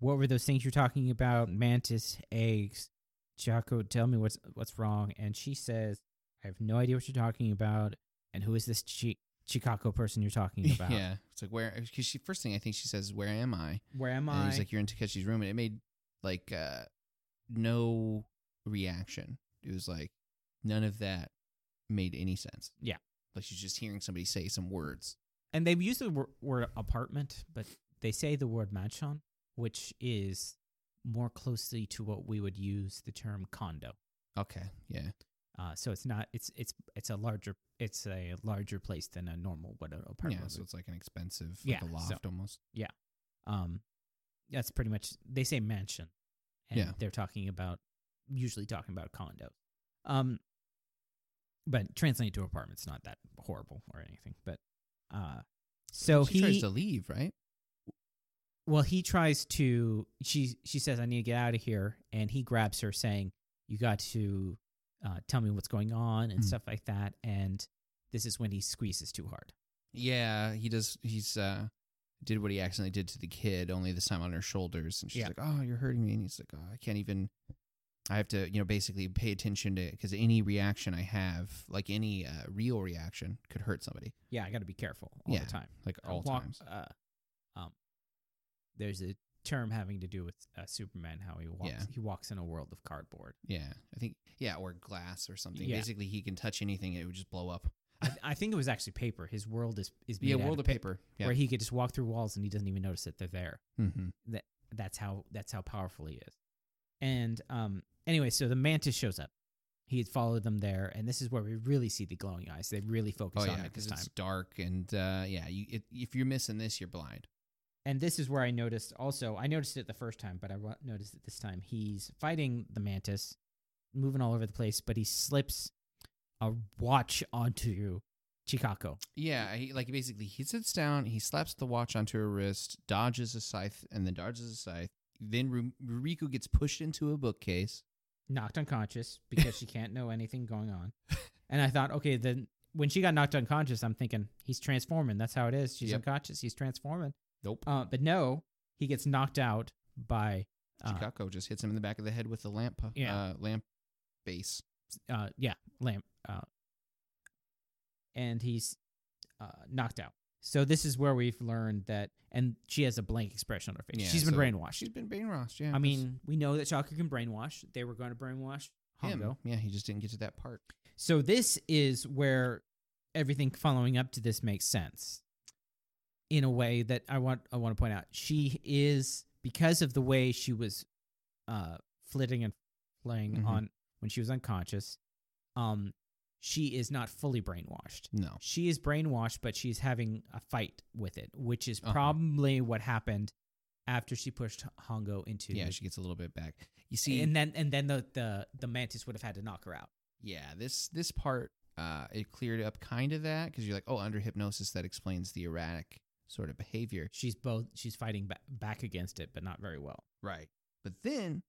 "What were those things you're talking about? Mantis eggs." Chaco, tell me what's what's wrong. And she says, "I have no idea what you're talking about. And who is this chi- Chicago person you're talking about? Yeah, it's like where because she first thing I think she says, "Where am I?" Where am And I?" he's like, "You're in Takeshi's room," and it made like uh no reaction. It was like none of that made any sense. Yeah. like she's just hearing somebody say some words. and they've used the wor- word apartment, but they say the word mansion, which is more closely to what we would use the term condo. Okay, yeah, Uh, so it's not it's it's it's a larger it's a larger place than a normal what an apartment yeah. would So it's like an expensive, Yeah, like a so- loft almost. um that's pretty much they say mansion and Yeah. they're talking about usually talking about condo um but translated to apartment's not that horrible or anything but uh so she he tries to leave, right? well he tries to she she says i need to get out of here and he grabs her saying you got to uh, tell me what's going on and Hmm. stuff like that and this is when he squeezes too hard Yeah, he does. He's uh did what he accidentally did to the kid, only this time on her shoulders, and she's Yeah. like, "Oh, you're hurting me," and he's like, oh, "I can't even." I have to, you know, basically pay attention to because any reaction I have, like any uh, real reaction, could hurt somebody, yeah i got to be careful all Yeah. the time like uh, all walk- times. Uh, um, there's a term having to do with uh, Superman, how he walks. Yeah. He walks in a world of cardboard. Yeah, I think, yeah, or glass or something. Yeah. Basically, he can touch anything; it would just blow up. I, I think it was actually paper. His world is is made Yeah, out world of paper. Yeah, where he could just walk through walls and he doesn't even notice that they're there. mm-hmm. That's how that's how powerful he is. And um, anyway, so the mantis shows up. He had followed them there, and this is where we really see the glowing eyes. They really focus Oh on yeah, it this because time. it's dark and uh, yeah, you it, if you're missing this, you're blind. And this is where I noticed also, I noticed it the first time, but I wa- noticed it this time. He's fighting the mantis, moving all over the place, but he slips a watch onto Chikako. Yeah, he, like basically he sits down, he slaps the watch onto her wrist, dodges a scythe, and then dodges a scythe. Then Ru- Ruriku gets pushed into a bookcase. knocked unconscious because she can't know anything going on. And I thought, okay, then when she got knocked unconscious, I'm thinking he's transforming. That's how it is. She's Yep. unconscious. He's transforming. Nope. Uh, but no, he gets knocked out by uh, Chicago just hits him in the back of the head with the lamp. Yeah. Uh, lamp base. uh, yeah, lamp. Uh, and he's uh, knocked out. So this is where we've learned that, and she has a blank expression on her face. Yeah, she's been so brainwashed. She's been brainwashed. Yeah. I that's mean, we know that Shaka can brainwash. They were going to brainwash him. Hongo. Yeah, he just didn't get to that part. So this is where everything following up to this makes sense in a way that I want I want to point out. She is because of the way she was uh flitting and playing Mhm. on when she was unconscious, um she is not fully brainwashed. No. She is brainwashed but she's having a fight with it, which is Uh-huh. probably what happened after she pushed Hongo into Yeah, the- she gets a little bit back. You see, and then and then the, the the mantis would have had to knock her out. yeah, this this part uh, it cleared up kind of that because you're like, oh, under hypnosis that explains the erratic sort of behavior. she's both she's fighting ba- back against it but not very well Right. But then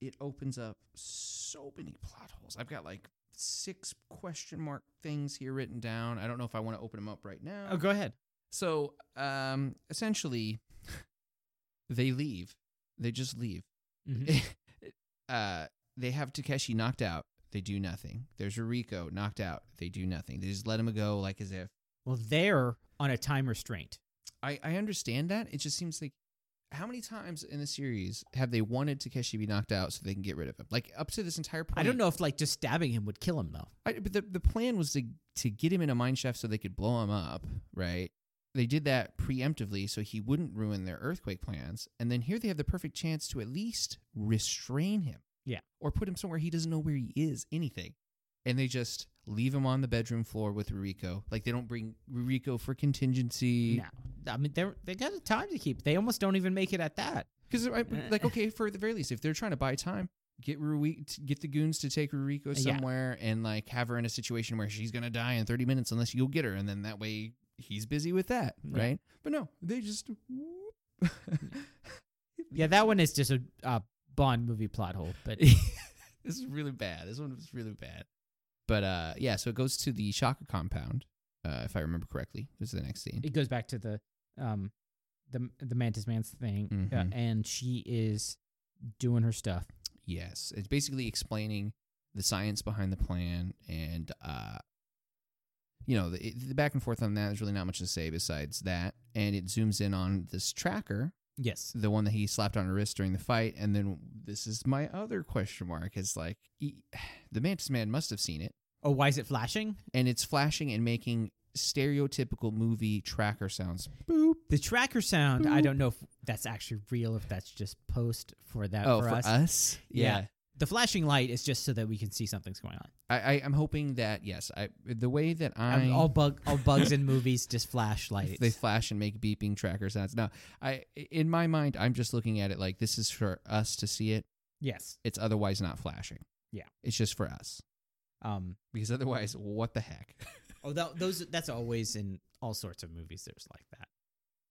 it opens up so many plot holes. I've got like six question mark things here written down. I don't know if I want to open them up right now. oh go ahead So, um, essentially, they leave. They just leave. Mm-hmm. uh, they have Takeshi knocked out. They do nothing. There's Rico knocked out. They do nothing. They just let him go, like as if well they're on a time restraint I, I understand that. It just seems like how many times in the series have they wanted Takeshi be knocked out so they can get rid of him? Like up to this entire point. i don't know if like just stabbing him would kill him though I, but the the plan was to to get him in a mine shaft so they could blow him up, right? They did that preemptively so he wouldn't ruin their earthquake plans. And then here they have the perfect chance to at least restrain him. Yeah. Or put him somewhere he doesn't know where he is, anything. And they just leave him on the bedroom floor with Ruriko. Like they don't bring Ruriko for contingency. no i mean they're they got a time to keep they almost don't even make it at that Because Eh, like okay, for the very least, if they're trying to buy time, get Rui, t- get the goons to take Ruriko Yeah. somewhere and like have her in a situation where she's gonna die in thirty minutes unless you'll get her, and then that way he's busy with that, Yeah. right? But no, they just whoop. yeah that one is just a uh, bond movie plot hole but this is really bad. This one was really bad. But uh, yeah, so it goes to the Shaka compound, uh, if I remember correctly. This is the next scene. it goes back to the um the the mantis man's thing uh, Mhm. and she is doing her stuff Yes, it's basically explaining the science behind the plan, and uh, you know the, the back and forth on that. There's really not much to say besides that, and it zooms in on this tracker, yes the one that he slapped on her wrist during the fight, and then this is my other question mark: is like he, the Mantis Man must have seen it, oh why is it flashing and it's flashing and making stereotypical movie tracker sounds. Boop. The tracker sound, I don't know if that's actually real, if that's just post for that oh, Uh, for, us. yeah. Yeah. The flashing light is just so that we can see something's going on. I, I I'm hoping that yes, I the way that I Um, all bug all bugs in movies just flash If lights. They flash and make beeping tracker sounds. Now, I in my mind, I'm just looking at it like this is for us to see it. yes. It's otherwise not flashing. Yeah. it's just for us Um because otherwise, what the heck? oh tho- those that's always in all sorts of movies there's like that.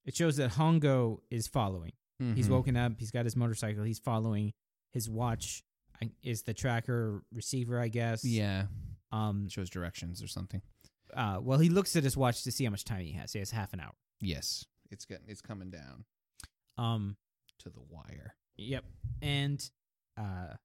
It shows that Hongo is following. He's Mhm. woken up, he's got his motorcycle, he's following his watch I- is the tracker receiver, I guess. Yeah, Um it shows directions or something. uh well he looks at his watch to see how much time he has. He has half an hour. Yes, it's getting it's coming down Um to the wire. Yep. And uh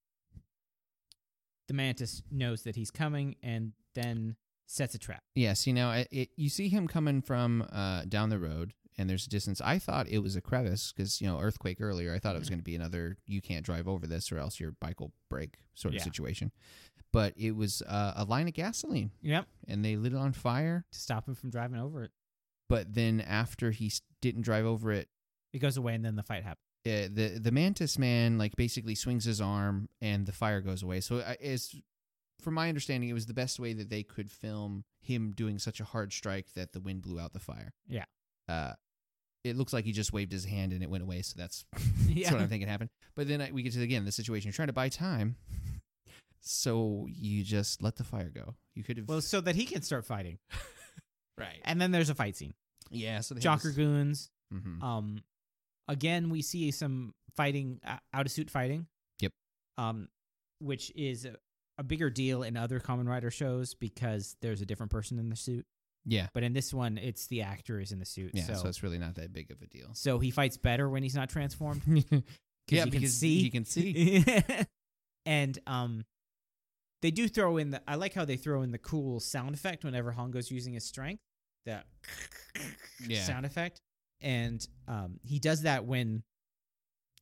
the mantis knows that he's coming and then sets a trap. Yeah, see now it, it, you see him coming from uh, down the road, and there's a distance. I thought it was a crevice because you know earthquake earlier. I thought it was going to be another you can't drive over this or else your bike will break sort of Yeah. situation. But it was uh, a line of gasoline, Yep. and they lit it on fire. To stop him from driving over it. But then after he s- didn't drive over it, It goes away and then the fight happens. uh, the the mantis man like basically swings his arm and the fire goes away. So I- it's from my understanding, it was the best way that they could film him doing such a hard strike that the wind blew out the fire. Yeah. Uh, it looks like he just waved his hand and it went away. So that's, Yeah. that's what I'm thinking happened. But then I, we get to again the situation. You're trying to buy time, so you just let the fire go. You could have Well, so that he can start fighting, right. and then there's a fight scene. Yeah. So they have Jocker this- goons. Mhm. Um, again, we see some fighting, uh, out of suit fighting. Yep. Um, which is a, a bigger deal in other Common Rider shows because there's a different person in the suit. Yeah. But in this one, it's the actor is in the suit. Yeah. so, so it's really not that big of a deal. so he fights better when he's not transformed. yeah, you can because see. you can see. and um, they do throw in the. I like how they throw in the cool sound effect whenever Hongo's using his strength. That Yeah. sound effect, and um, he does that when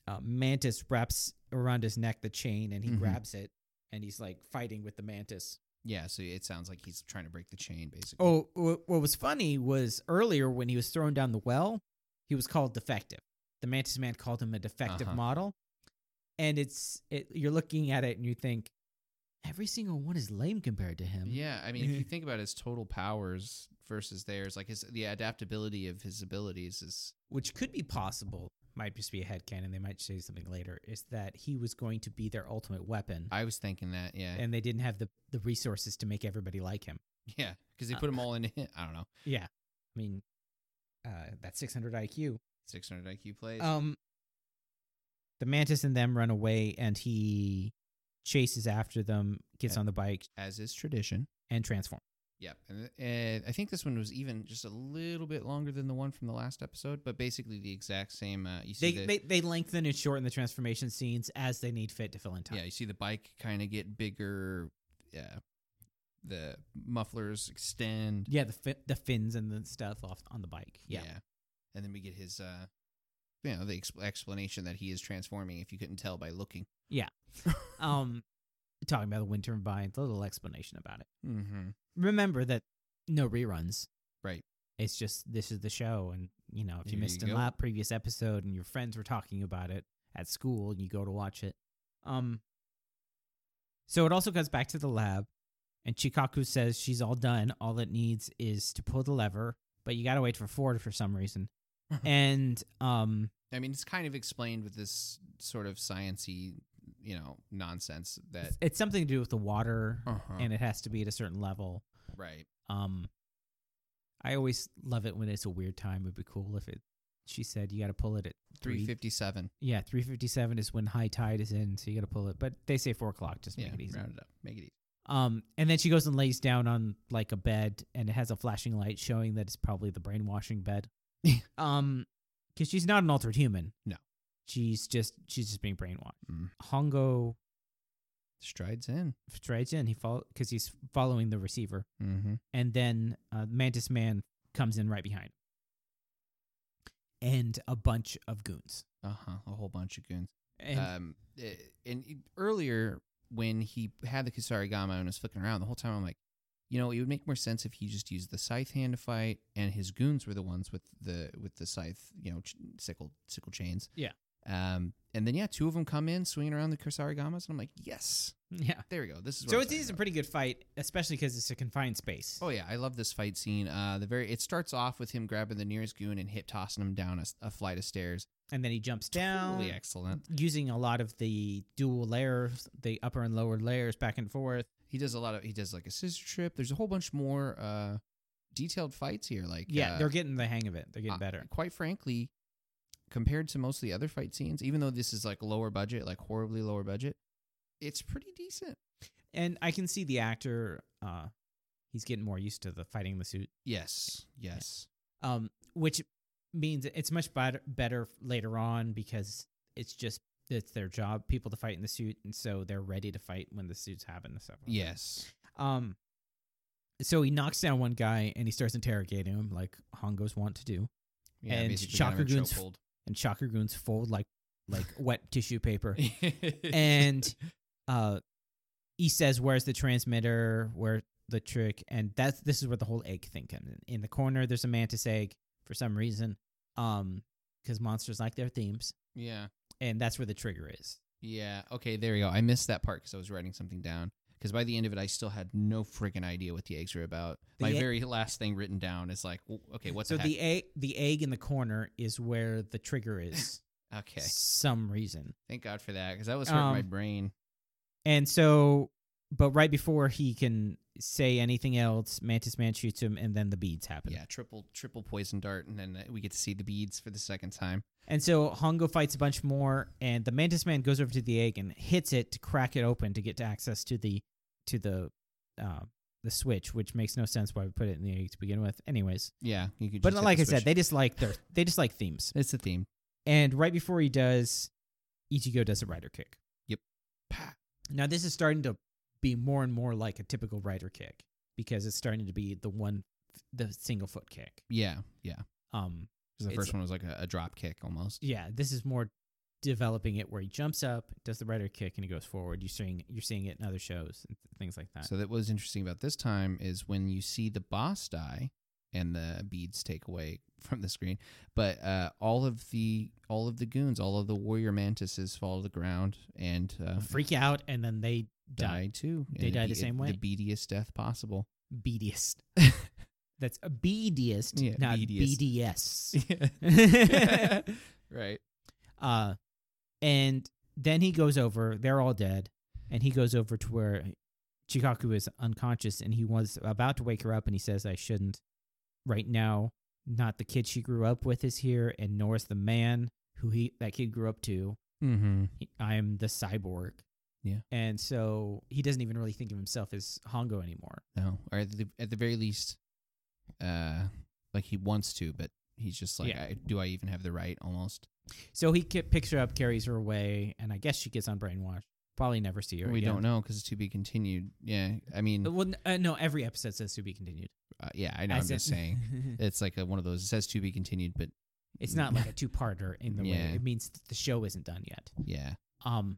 uh, Mantis wraps around his neck the chain, and he Mhm. grabs it, and he's like fighting with the Mantis. Yeah, so it sounds like he's trying to break the chain, basically. Oh, wh- what was funny was earlier when he was thrown down the well, he was called defective. The Mantis Man called him a defective Uh-huh. model, and it's it, you're looking at it and you think every single one is lame compared to him. yeah. I mean, if you think about his total powers versus theirs, like his the adaptability of his abilities is which could be possible. Might just be a headcanon. They might say something later. Is that he was going to be their ultimate weapon, I was thinking that, yeah, and they didn't have the the resources to make everybody like him. yeah, because uh, they put them all in. I don't know, Yeah, I mean, uh, that 600 IQ. six hundred IQ plays. Um, the mantis and them run away, and he chases after them, gets Yeah. on the bike, as is tradition. and transforms. Yep. And, th- uh I think this one was even just a little bit longer than the one from the last episode, but basically the exact same. Uh, you see They, the, they they lengthen and shorten the transformation scenes as they need fit to fill in time. yeah, you see the bike kind of get bigger. Yeah, the mufflers extend. Yeah, the fi- the fins and the stuff off on the bike. Yeah, And then we get his, uh, you know, the ex- explanation that he is transforming, if you couldn't tell by looking. um, talking about the wind turbine, a little explanation about it. Mm-hmm. Remember that no reruns. Right. It's just this is the show, and you know if you Here missed you a go. la- previous episode and your friends were talking about it at school, and you go to watch it. Um. So it also goes back to the lab, and Chikaku says she's all done. All it needs is to pull the lever, but you got to wait for Ford for some reason. and um, I mean, it's kind of explained with this sort of sciency, you know, nonsense that. it's- it's something to do with the water, Uh-huh. and it has to be at a certain level. right. Um, I always love it when it's a weird time. It'd be cool if it. She said you got to pull it at three. 357. Yeah, three fifty seven is when high tide is in, so you got to pull it. But they say four o'clock, just Yeah, make it easy. round it up. Make it easy. Um, and then she goes and lays down on like a bed, and it has a flashing light showing that it's probably the brainwashing bed. um, because she's not an altered human. No. she's just she's just being brainwashed. Mm. Hongo Strides in. strides in. He follow because he's following the receiver. Mm-hmm. and then uh, Mantis Man comes in right behind, and a bunch of goons. Uh huh. A whole bunch of goons. And um, eh, and e- earlier when he had the Kusarigama and was flicking around the whole time, I'm like, you know, it would make more sense if he just used the scythe hand to fight, and his goons were the ones with the with the scythe, you know, ch- sickle sickle chains. Yeah. Um, and then yeah, two of them come in swinging around the Kusarigamas, and I'm like, yes, yeah, there we go. This is what so I'm it's, talking it's a about. pretty good fight, especially because it's a confined space. Oh yeah, I love this fight scene. Uh, the very it starts off with him grabbing the nearest goon and hip tossing him down a, s- a flight of stairs. and then he jumps down, Totally excellent. using a lot of the dual layers, the upper and lower layers, back and forth. he does a lot of he does like a scissor trip there's a whole bunch more uh detailed fights here like Yeah, uh, they're getting the hang of it. They're getting uh, better. quite frankly compared to most of the other fight scenes even though this is like lower budget like horribly lower budget it's pretty decent And I can see the actor; uh, he's getting more used to the fighting the suit. yes yes um, which means it's much better better later on because it's just it's their job people to fight in the suit, and so they're ready to fight when the suits happen and stuff. like that. yes Um. So he knocks down one guy and he starts interrogating him like Hongos want to do, yeah, And basically got him in Shocker chokehold. and Shocker goons fold like like wet tissue paper. And uh, he says, "Where's the transmitter? Where the trick?" And that's this is where the whole egg thing comes in. In the corner, there's a mantis egg for some reason, um, because monsters like their themes. Yeah. and that's where the trigger is. Yeah. Okay, there you go. I missed that part because I was writing something down. Because by the end of it, I still had no friggin' idea what the eggs were about. The My e- very last thing written down is like, w- okay, what so the, the egg, the egg in the corner is where the trigger is. heck? Okay. Some reason. Thank God for that because that was hurting my Um, brain. And so, but right before he can say anything else, Mantis Man shoots him, and then the beads happen. Yeah, triple triple poison dart, and then uh, we get to see the beads for the second time. And so Hongo fights a bunch more, and the Mantis Man goes over to the egg and hits it to crack it open to get access to the to the uh, the switch, which makes no sense why we put it in the egg to begin with. Anyways, Yeah, you could. but just hit like the I said, switch. they just like their they just like themes. it's the theme. And right before he does, Ichigo does a rider kick. Yep. Now this is starting to be more and more like a typical rider kick because it's starting to be the one the single foot kick. Yeah, yeah. Um 'Cause the It's- first one was like a, a drop kick almost. yeah, this is more developing it where he jumps up, does the rider kick and he goes forward. You're seeing you're seeing it in other shows and th- things like that. So that what was interesting about this time is when you see the boss die and the beads take away from the screen, but uh, all of the all of the goons, all of the warrior mantises fall to the ground and uh, freak out and then they die. die too. They And die the be- same way? The beatiest death possible. Beadiest. That's a beadiest, Yeah, not beadiest. BDS. right. Uh, and then he goes over. They're all dead, and he goes over to where Chikaku is unconscious, and he was about to wake her up, and he says, "I shouldn't right now. Not the kid she grew up with is here, and nor is the man who he that kid grew up to. Mm-hmm. He- I'm the cyborg." Yeah. And so he doesn't even really think of himself as Hongo anymore. No, or at the, at the very least, uh, like he wants to, but he's just like, Yeah. I, do I even have the right? Almost. So he ki- picks her up, carries her away, and I guess she gets on brainwash. Probably never see her. we again. don't know because it's to be continued. Yeah, I mean, Well, n- uh, no, every episode says to be continued. uh, yeah, I know. I I'm said- just saying. It's like a, one of those. It says to be continued, but It's not like a two-parter in the Yeah. way. It means th- the show isn't done yet. yeah, Um,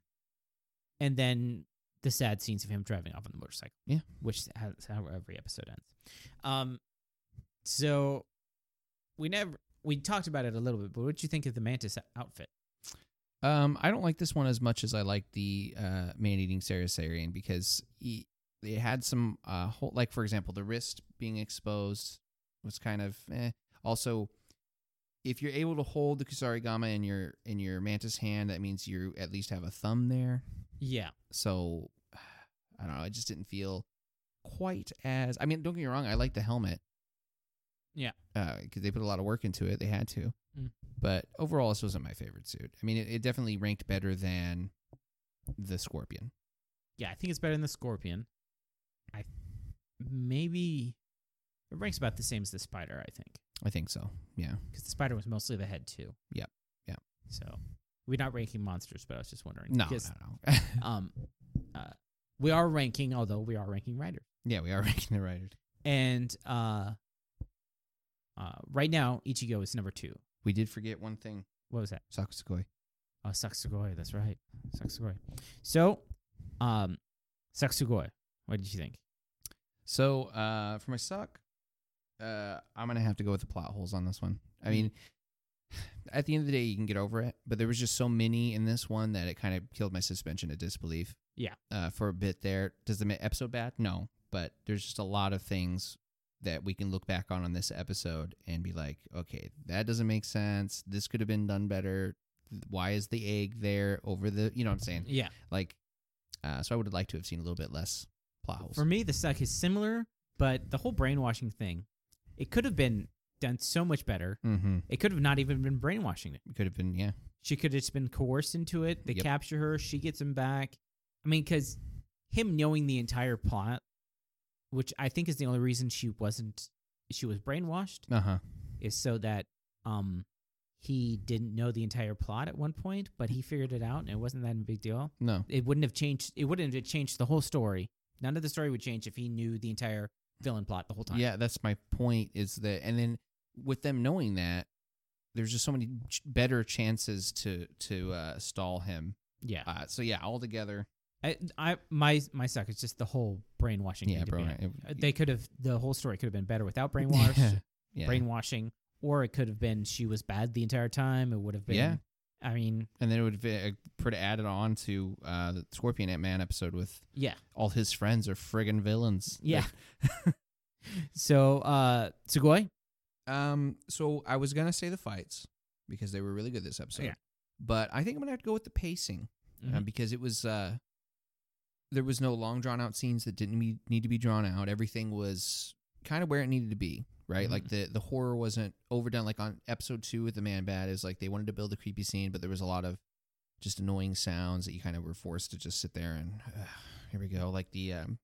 and then the sad scenes of him driving off on the motorcycle. Yeah. which has how every episode ends. Um, so we never we talked about it a little bit, but what did you think of the mantis outfit? Um, I don't like this one as much as I like the uh, man eating Sarasarian because he, it had some uh, whole, like for example, the wrist being exposed was kind of eh. also. If you're able to hold the Kusarigama in your in your mantis hand, that means you at least have a thumb there. Yeah, So I don't know. I just didn't feel quite as. I mean, don't get me wrong. I like the helmet. Yeah. because they put a lot of work into it. They had to. Mm. But overall, this wasn't my favorite suit. I mean, it, it definitely ranked better than the Scorpion. yeah, I think it's better than the scorpion. I maybe it ranks about the same as the spider. I think. I think so. Yeah. because the spider was mostly the head too. Yep, yep. So we're not ranking monsters, but I was just wondering. No, because, no, no. um, uh, we are ranking, although we are ranking writer, yeah, we are ranking the writers. and uh, uh, right now Ichigo is number two. We did forget one thing. What was that? Sakusugoi. Oh, Saksugoi. That's right, Saksugoi. So, um, Saksugoi. What did you think? So uh, for my suck, uh, I'm gonna have to go with the plot holes on this one. I Mm. mean, at the end of the day, you can get over it, but there was just so many in this one that it kind of killed my suspension of disbelief. Yeah. Uh, for a bit there, does the ma- episode bad? No, but there's just a lot of things that we can look back on on this episode and be like, okay, that doesn't make sense. This could have been done better. Why is the egg there over the? You know what I'm saying? Yeah, Like, uh, so I would have liked to have seen a little bit less plot holes. for me, the suck is similar, but the whole brainwashing thing, it could have been done so much better. mm-hmm. It could have not even been brainwashing. It could have been, yeah. She could have just been coerced into it. They Yep. capture her. She gets him back. I mean, because him knowing the entire plot, which I think is the only reason she wasn't, she was brainwashed, Uh huh. is so that um he didn't know the entire plot at one point, but he figured it out, and it wasn't that a big deal. No. It wouldn't have changed. It wouldn't have changed the whole story. None of the story would change if he knew the entire villain plot the whole time. Yeah, that's my point. Is that and then with them knowing that, there's just so many ch- better chances to to uh, stall him. yeah. Uh, so yeah, all together. I, I my my suck is just the whole brainwashing. Yeah, thing, to be bro. honest. it- Uh, They could have the whole story could have been better without brainwash. yeah. brainwashing, or it could have been she was bad the entire time. It would have been Yeah. I mean, and then it would be pretty added on to uh, the Scorpion Ant Man episode with yeah. all his friends are friggin' villains. Yeah. So, uh, Sugoi, Um. So I was gonna say the fights because they were really good this episode. Yeah. But I think I'm gonna have to go with the pacing uh, Mhm. because it was uh, there was no long drawn out scenes that didn't be, need to be drawn out. Everything was kind of where it needed to be. Right, like the the horror wasn't overdone. Like on episode two with the man bat, is like they wanted to build a creepy scene, but there was a lot of just annoying sounds that you kind of were forced to just sit there and uh, here we go. Like the um,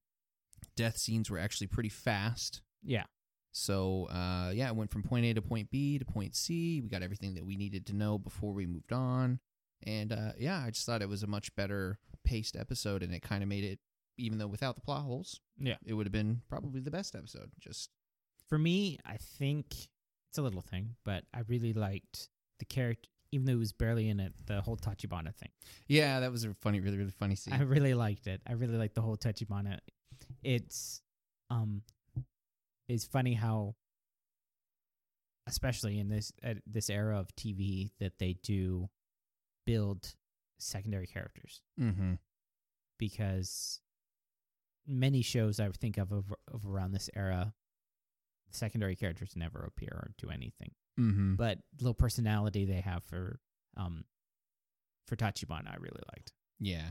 death scenes were actually pretty fast. yeah, So uh, yeah, it went from point A to point B to point C. We got everything that we needed to know before we moved on, and uh, yeah, I just thought it was a much better paced episode, and it kind of made it, even though without the plot holes, Yeah. it would have been probably the best episode. Just for me, I think it's a little thing, but I really liked the character, even though it was barely in it. The whole Tachibana thing, yeah, that was a funny, really, really funny scene. I really liked it. I really liked the whole Tachibana. It's, um, it's funny how, especially in this at this era of TV, that they do build secondary characters. mm-hmm. because many shows I think of, of of around this era, secondary characters never appear or do anything. Mm-hmm. But little personality they have for um for Tachibana, I really liked. Yeah.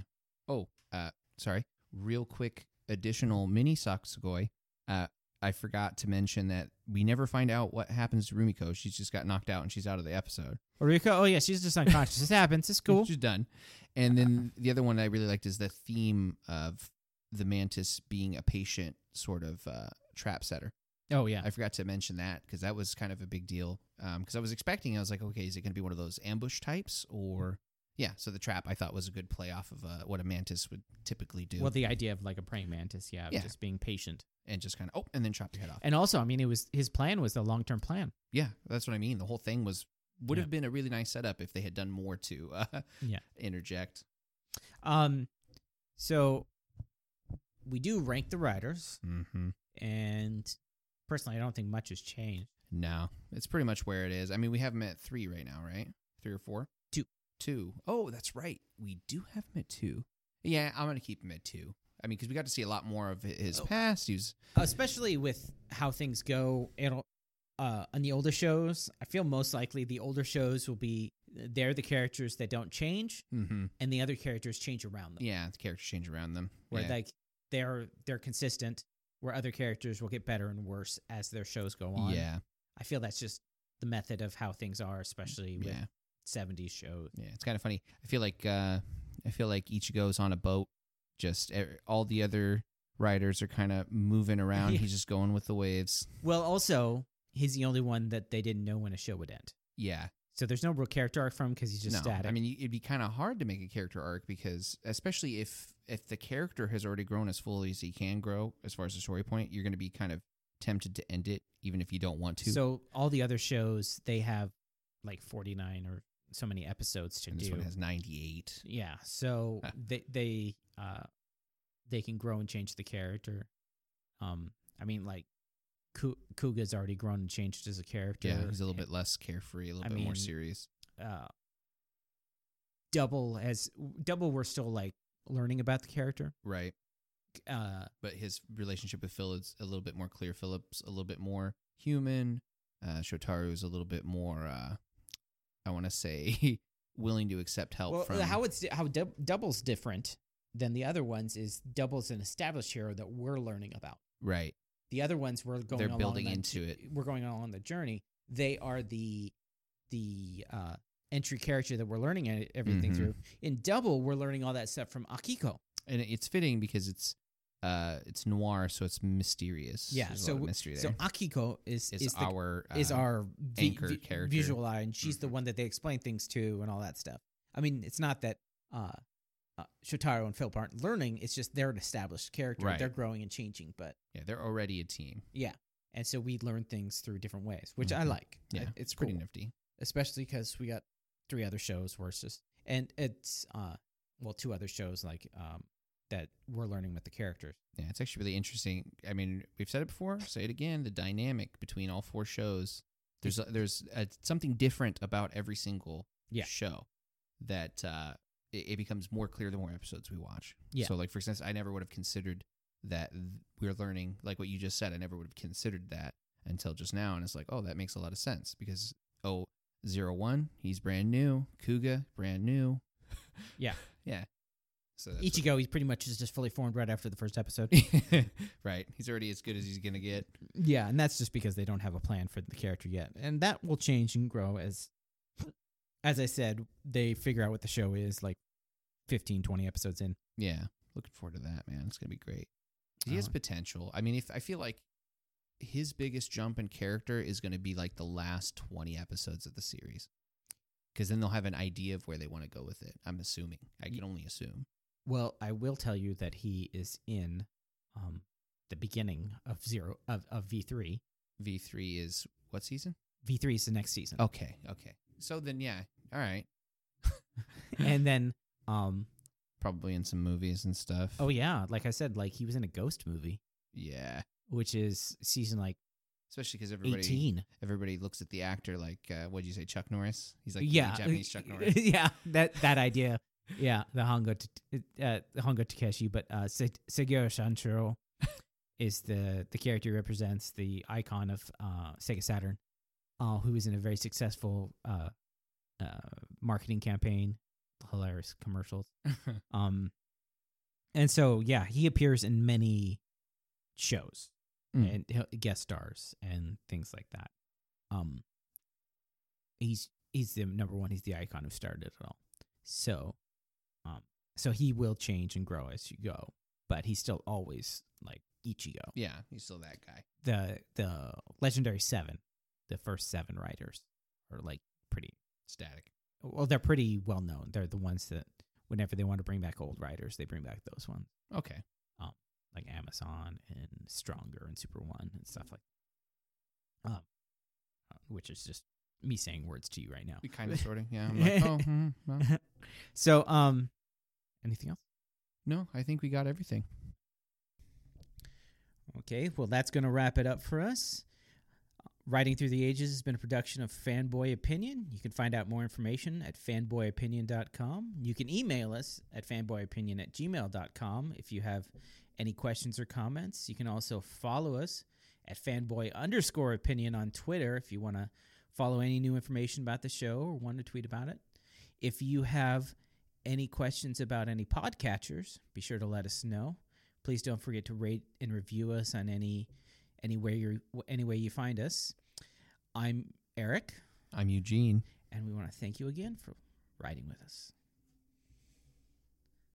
Oh, uh, sorry. Real quick additional mini Sakusugoi. Uh, I forgot to mention that we never find out what happens to Rumiko. She's just got knocked out and she's out of the episode. Orika, oh yeah, she's just unconscious. this happens. It's cool. She's done. And then the other one I really liked is the theme of the mantis being a patient sort of uh, trap setter. Oh yeah, I forgot to mention that because that was kind of a big deal. Because I was expecting, I was like, okay, is it going to be one of those ambush types or. Yeah, so the trap I thought was a good play off of uh, what a mantis would typically do, Well, the idea of like a praying mantis, yeah, of Yeah. just being patient, and just kind of oh, and then chop your head off. and also, I mean, it was his plan was the long term plan. yeah, that's what I mean. The whole thing was would Yeah. have been a really nice setup if they had done more to uh, Yeah. interject. Um, so we do rank the writers, Mm-hmm. and personally, I don't think much has changed. No, it's pretty much where it is. I mean, we have them at three right now, right? Three or four? Two. Two. Oh, that's right. We do have him at two. Yeah, I'm going to keep him at two. I mean, because we got to see a lot more of hi- his Oh. past. He was, especially with how things go it'll, uh, on the older shows i feel most likely the older shows will be they're the characters that don't change mm-hmm. and the other characters change around them yeah, the characters change around them. where yeah. like they're they're consistent where other characters will get better and worse as their shows go on yeah, i feel that's just the method of how things are especially with yeah, 70s shows yeah. It's kind of funny. I feel like, uh, I feel like Ichigo's on a boat. Just e- all the other riders are kind of moving around. Yeah. He's just going with the waves. well also he's the only one that they didn't know when a show would end Yeah. so there's no real character arc from because he's just static I mean, you- it'd be kind of hard to make a character arc because, especially if if the character has already grown as fully as he can grow, as far as the story point, you're going to be kind of tempted to end it, even if you don't want to. So all the other shows they have like 49 or so many episodes to and this do. one has 98. yeah, so Huh. they they uh they can grow and change the character. Um I mean like Ku- Kuga's already grown and changed as a character. Yeah, he's a little bit less carefree, a little I bit more mean- serious. uh Double has Double we're still like learning about the character. Right. Uh But his relationship with Phil is a little bit more clear. Philip's a little bit more human. Uh, Shotaru is a little bit more, uh, I want to say, willing to accept help well from. how it's how Dou- Double's different than the other ones is Double's an established hero that we're learning about. right. The other ones we're going They're along building that- into it. we're going along the journey. They are the the uh, entry character that we're learning e- everything Mhm. through. In Double, we're learning all that stuff from Akiko. and it's fitting because it's uh it's noir so it's mysterious Yeah, There's a so lot of w- mystery So there Akiko is is, is, the, our uh, is our vi- anchor vi- character. visual eye, and she's the Mhm. one that they explain things to and all that stuff. I mean, it's not that uh, uh, Shotaro and Philip aren't learning; it's just they're an established character. Right. They're growing and changing, but yeah they're already a team and so we learn things through different ways, which I Mhm. like. yeah I- it's pretty cool. nifty especially because we got three other shows versus and it's uh well two other shows like um that we're learning with the characters yeah it's actually really interesting i mean we've said it before say it again the dynamic between all four shows there's a, there's a, something different about every single Yeah. show that uh, it, it becomes more clear the more episodes we watch. Yeah. So, like for instance, I never would have considered that th- we're learning, like what you just said. I never would have considered that until just now, and it's like, oh, that makes a lot of sense because oh, zero one, he's brand new. Kuga, brand new. Yeah. yeah. So that's Ichigo, he's pretty much is just fully formed right after the first episode. what- right. He's already as good as he's gonna get. yeah, and that's just because they don't have a plan for the character yet, and that will change and grow as, as I said, they figure out what the show is like, 15, 20 episodes in. Yeah, looking forward to that, man. It's gonna be great. He has Oh. potential. I mean, if I feel like his biggest jump in character is gonna be like the last twenty episodes of the series, because then they'll have an idea of where they want to go with it. I'm assuming. I can only assume. Well, I will tell you that he is in, um, the beginning of zero of of V three. V three is what season? V three is the next season. Okay, okay. So then, yeah, all right. and then, um, Probably in some movies and stuff. oh yeah, like I said, like he was in a ghost movie, yeah. which is season like Especially because everybody eighteen. everybody looks at the actor like, uh, what would you say, Chuck Norris? He's like, yeah, uh, Japanese Chuck Norris. yeah, that that idea. Yeah, the Hongo, t- uh, the Hongo Takeshi, but uh, Se- Seguro Shanshiro is the the character who represents the icon of uh, Sega Saturn, uh, who is in a very successful uh, uh, marketing campaign, hilarious commercials. Um, and so yeah, he appears in many shows Mm. and he'll- guest stars and things like that. Um, he's he's the number one. He's the icon who started it all. So, um, so he will change and grow as you go, but he's still always like Ichigo, Yeah, he's still that guy. the the legendary seven, the first seven writers are like pretty Static. well. They're pretty well known. They're the ones that whenever they want to bring back old writers, they bring back those ones. Okay. like Amazon and Stronger and Super One and stuff like um, uh, which is just me saying words to you right now. We kind of sort of. Yeah. I'm like, oh, mm, well, So, um, anything else? no, I think we got everything. Okay, well, that's going to wrap it up for us. Writing Through the Ages has been a production of Fanboy Opinion. You can find out more information at fanboyopinion.com. You can email us at fanboyopinion at gmail.com if you have any questions or comments. You can also follow us at fanboy underscore opinion on Twitter if you want to follow any new information about the show or want to tweet about it. If you have any questions about any podcatchers, be sure to let us know please don't forget to rate and review us on any anywhere you any way you find us i'm eric I'm Eugene. and we want to thank you again for riding with us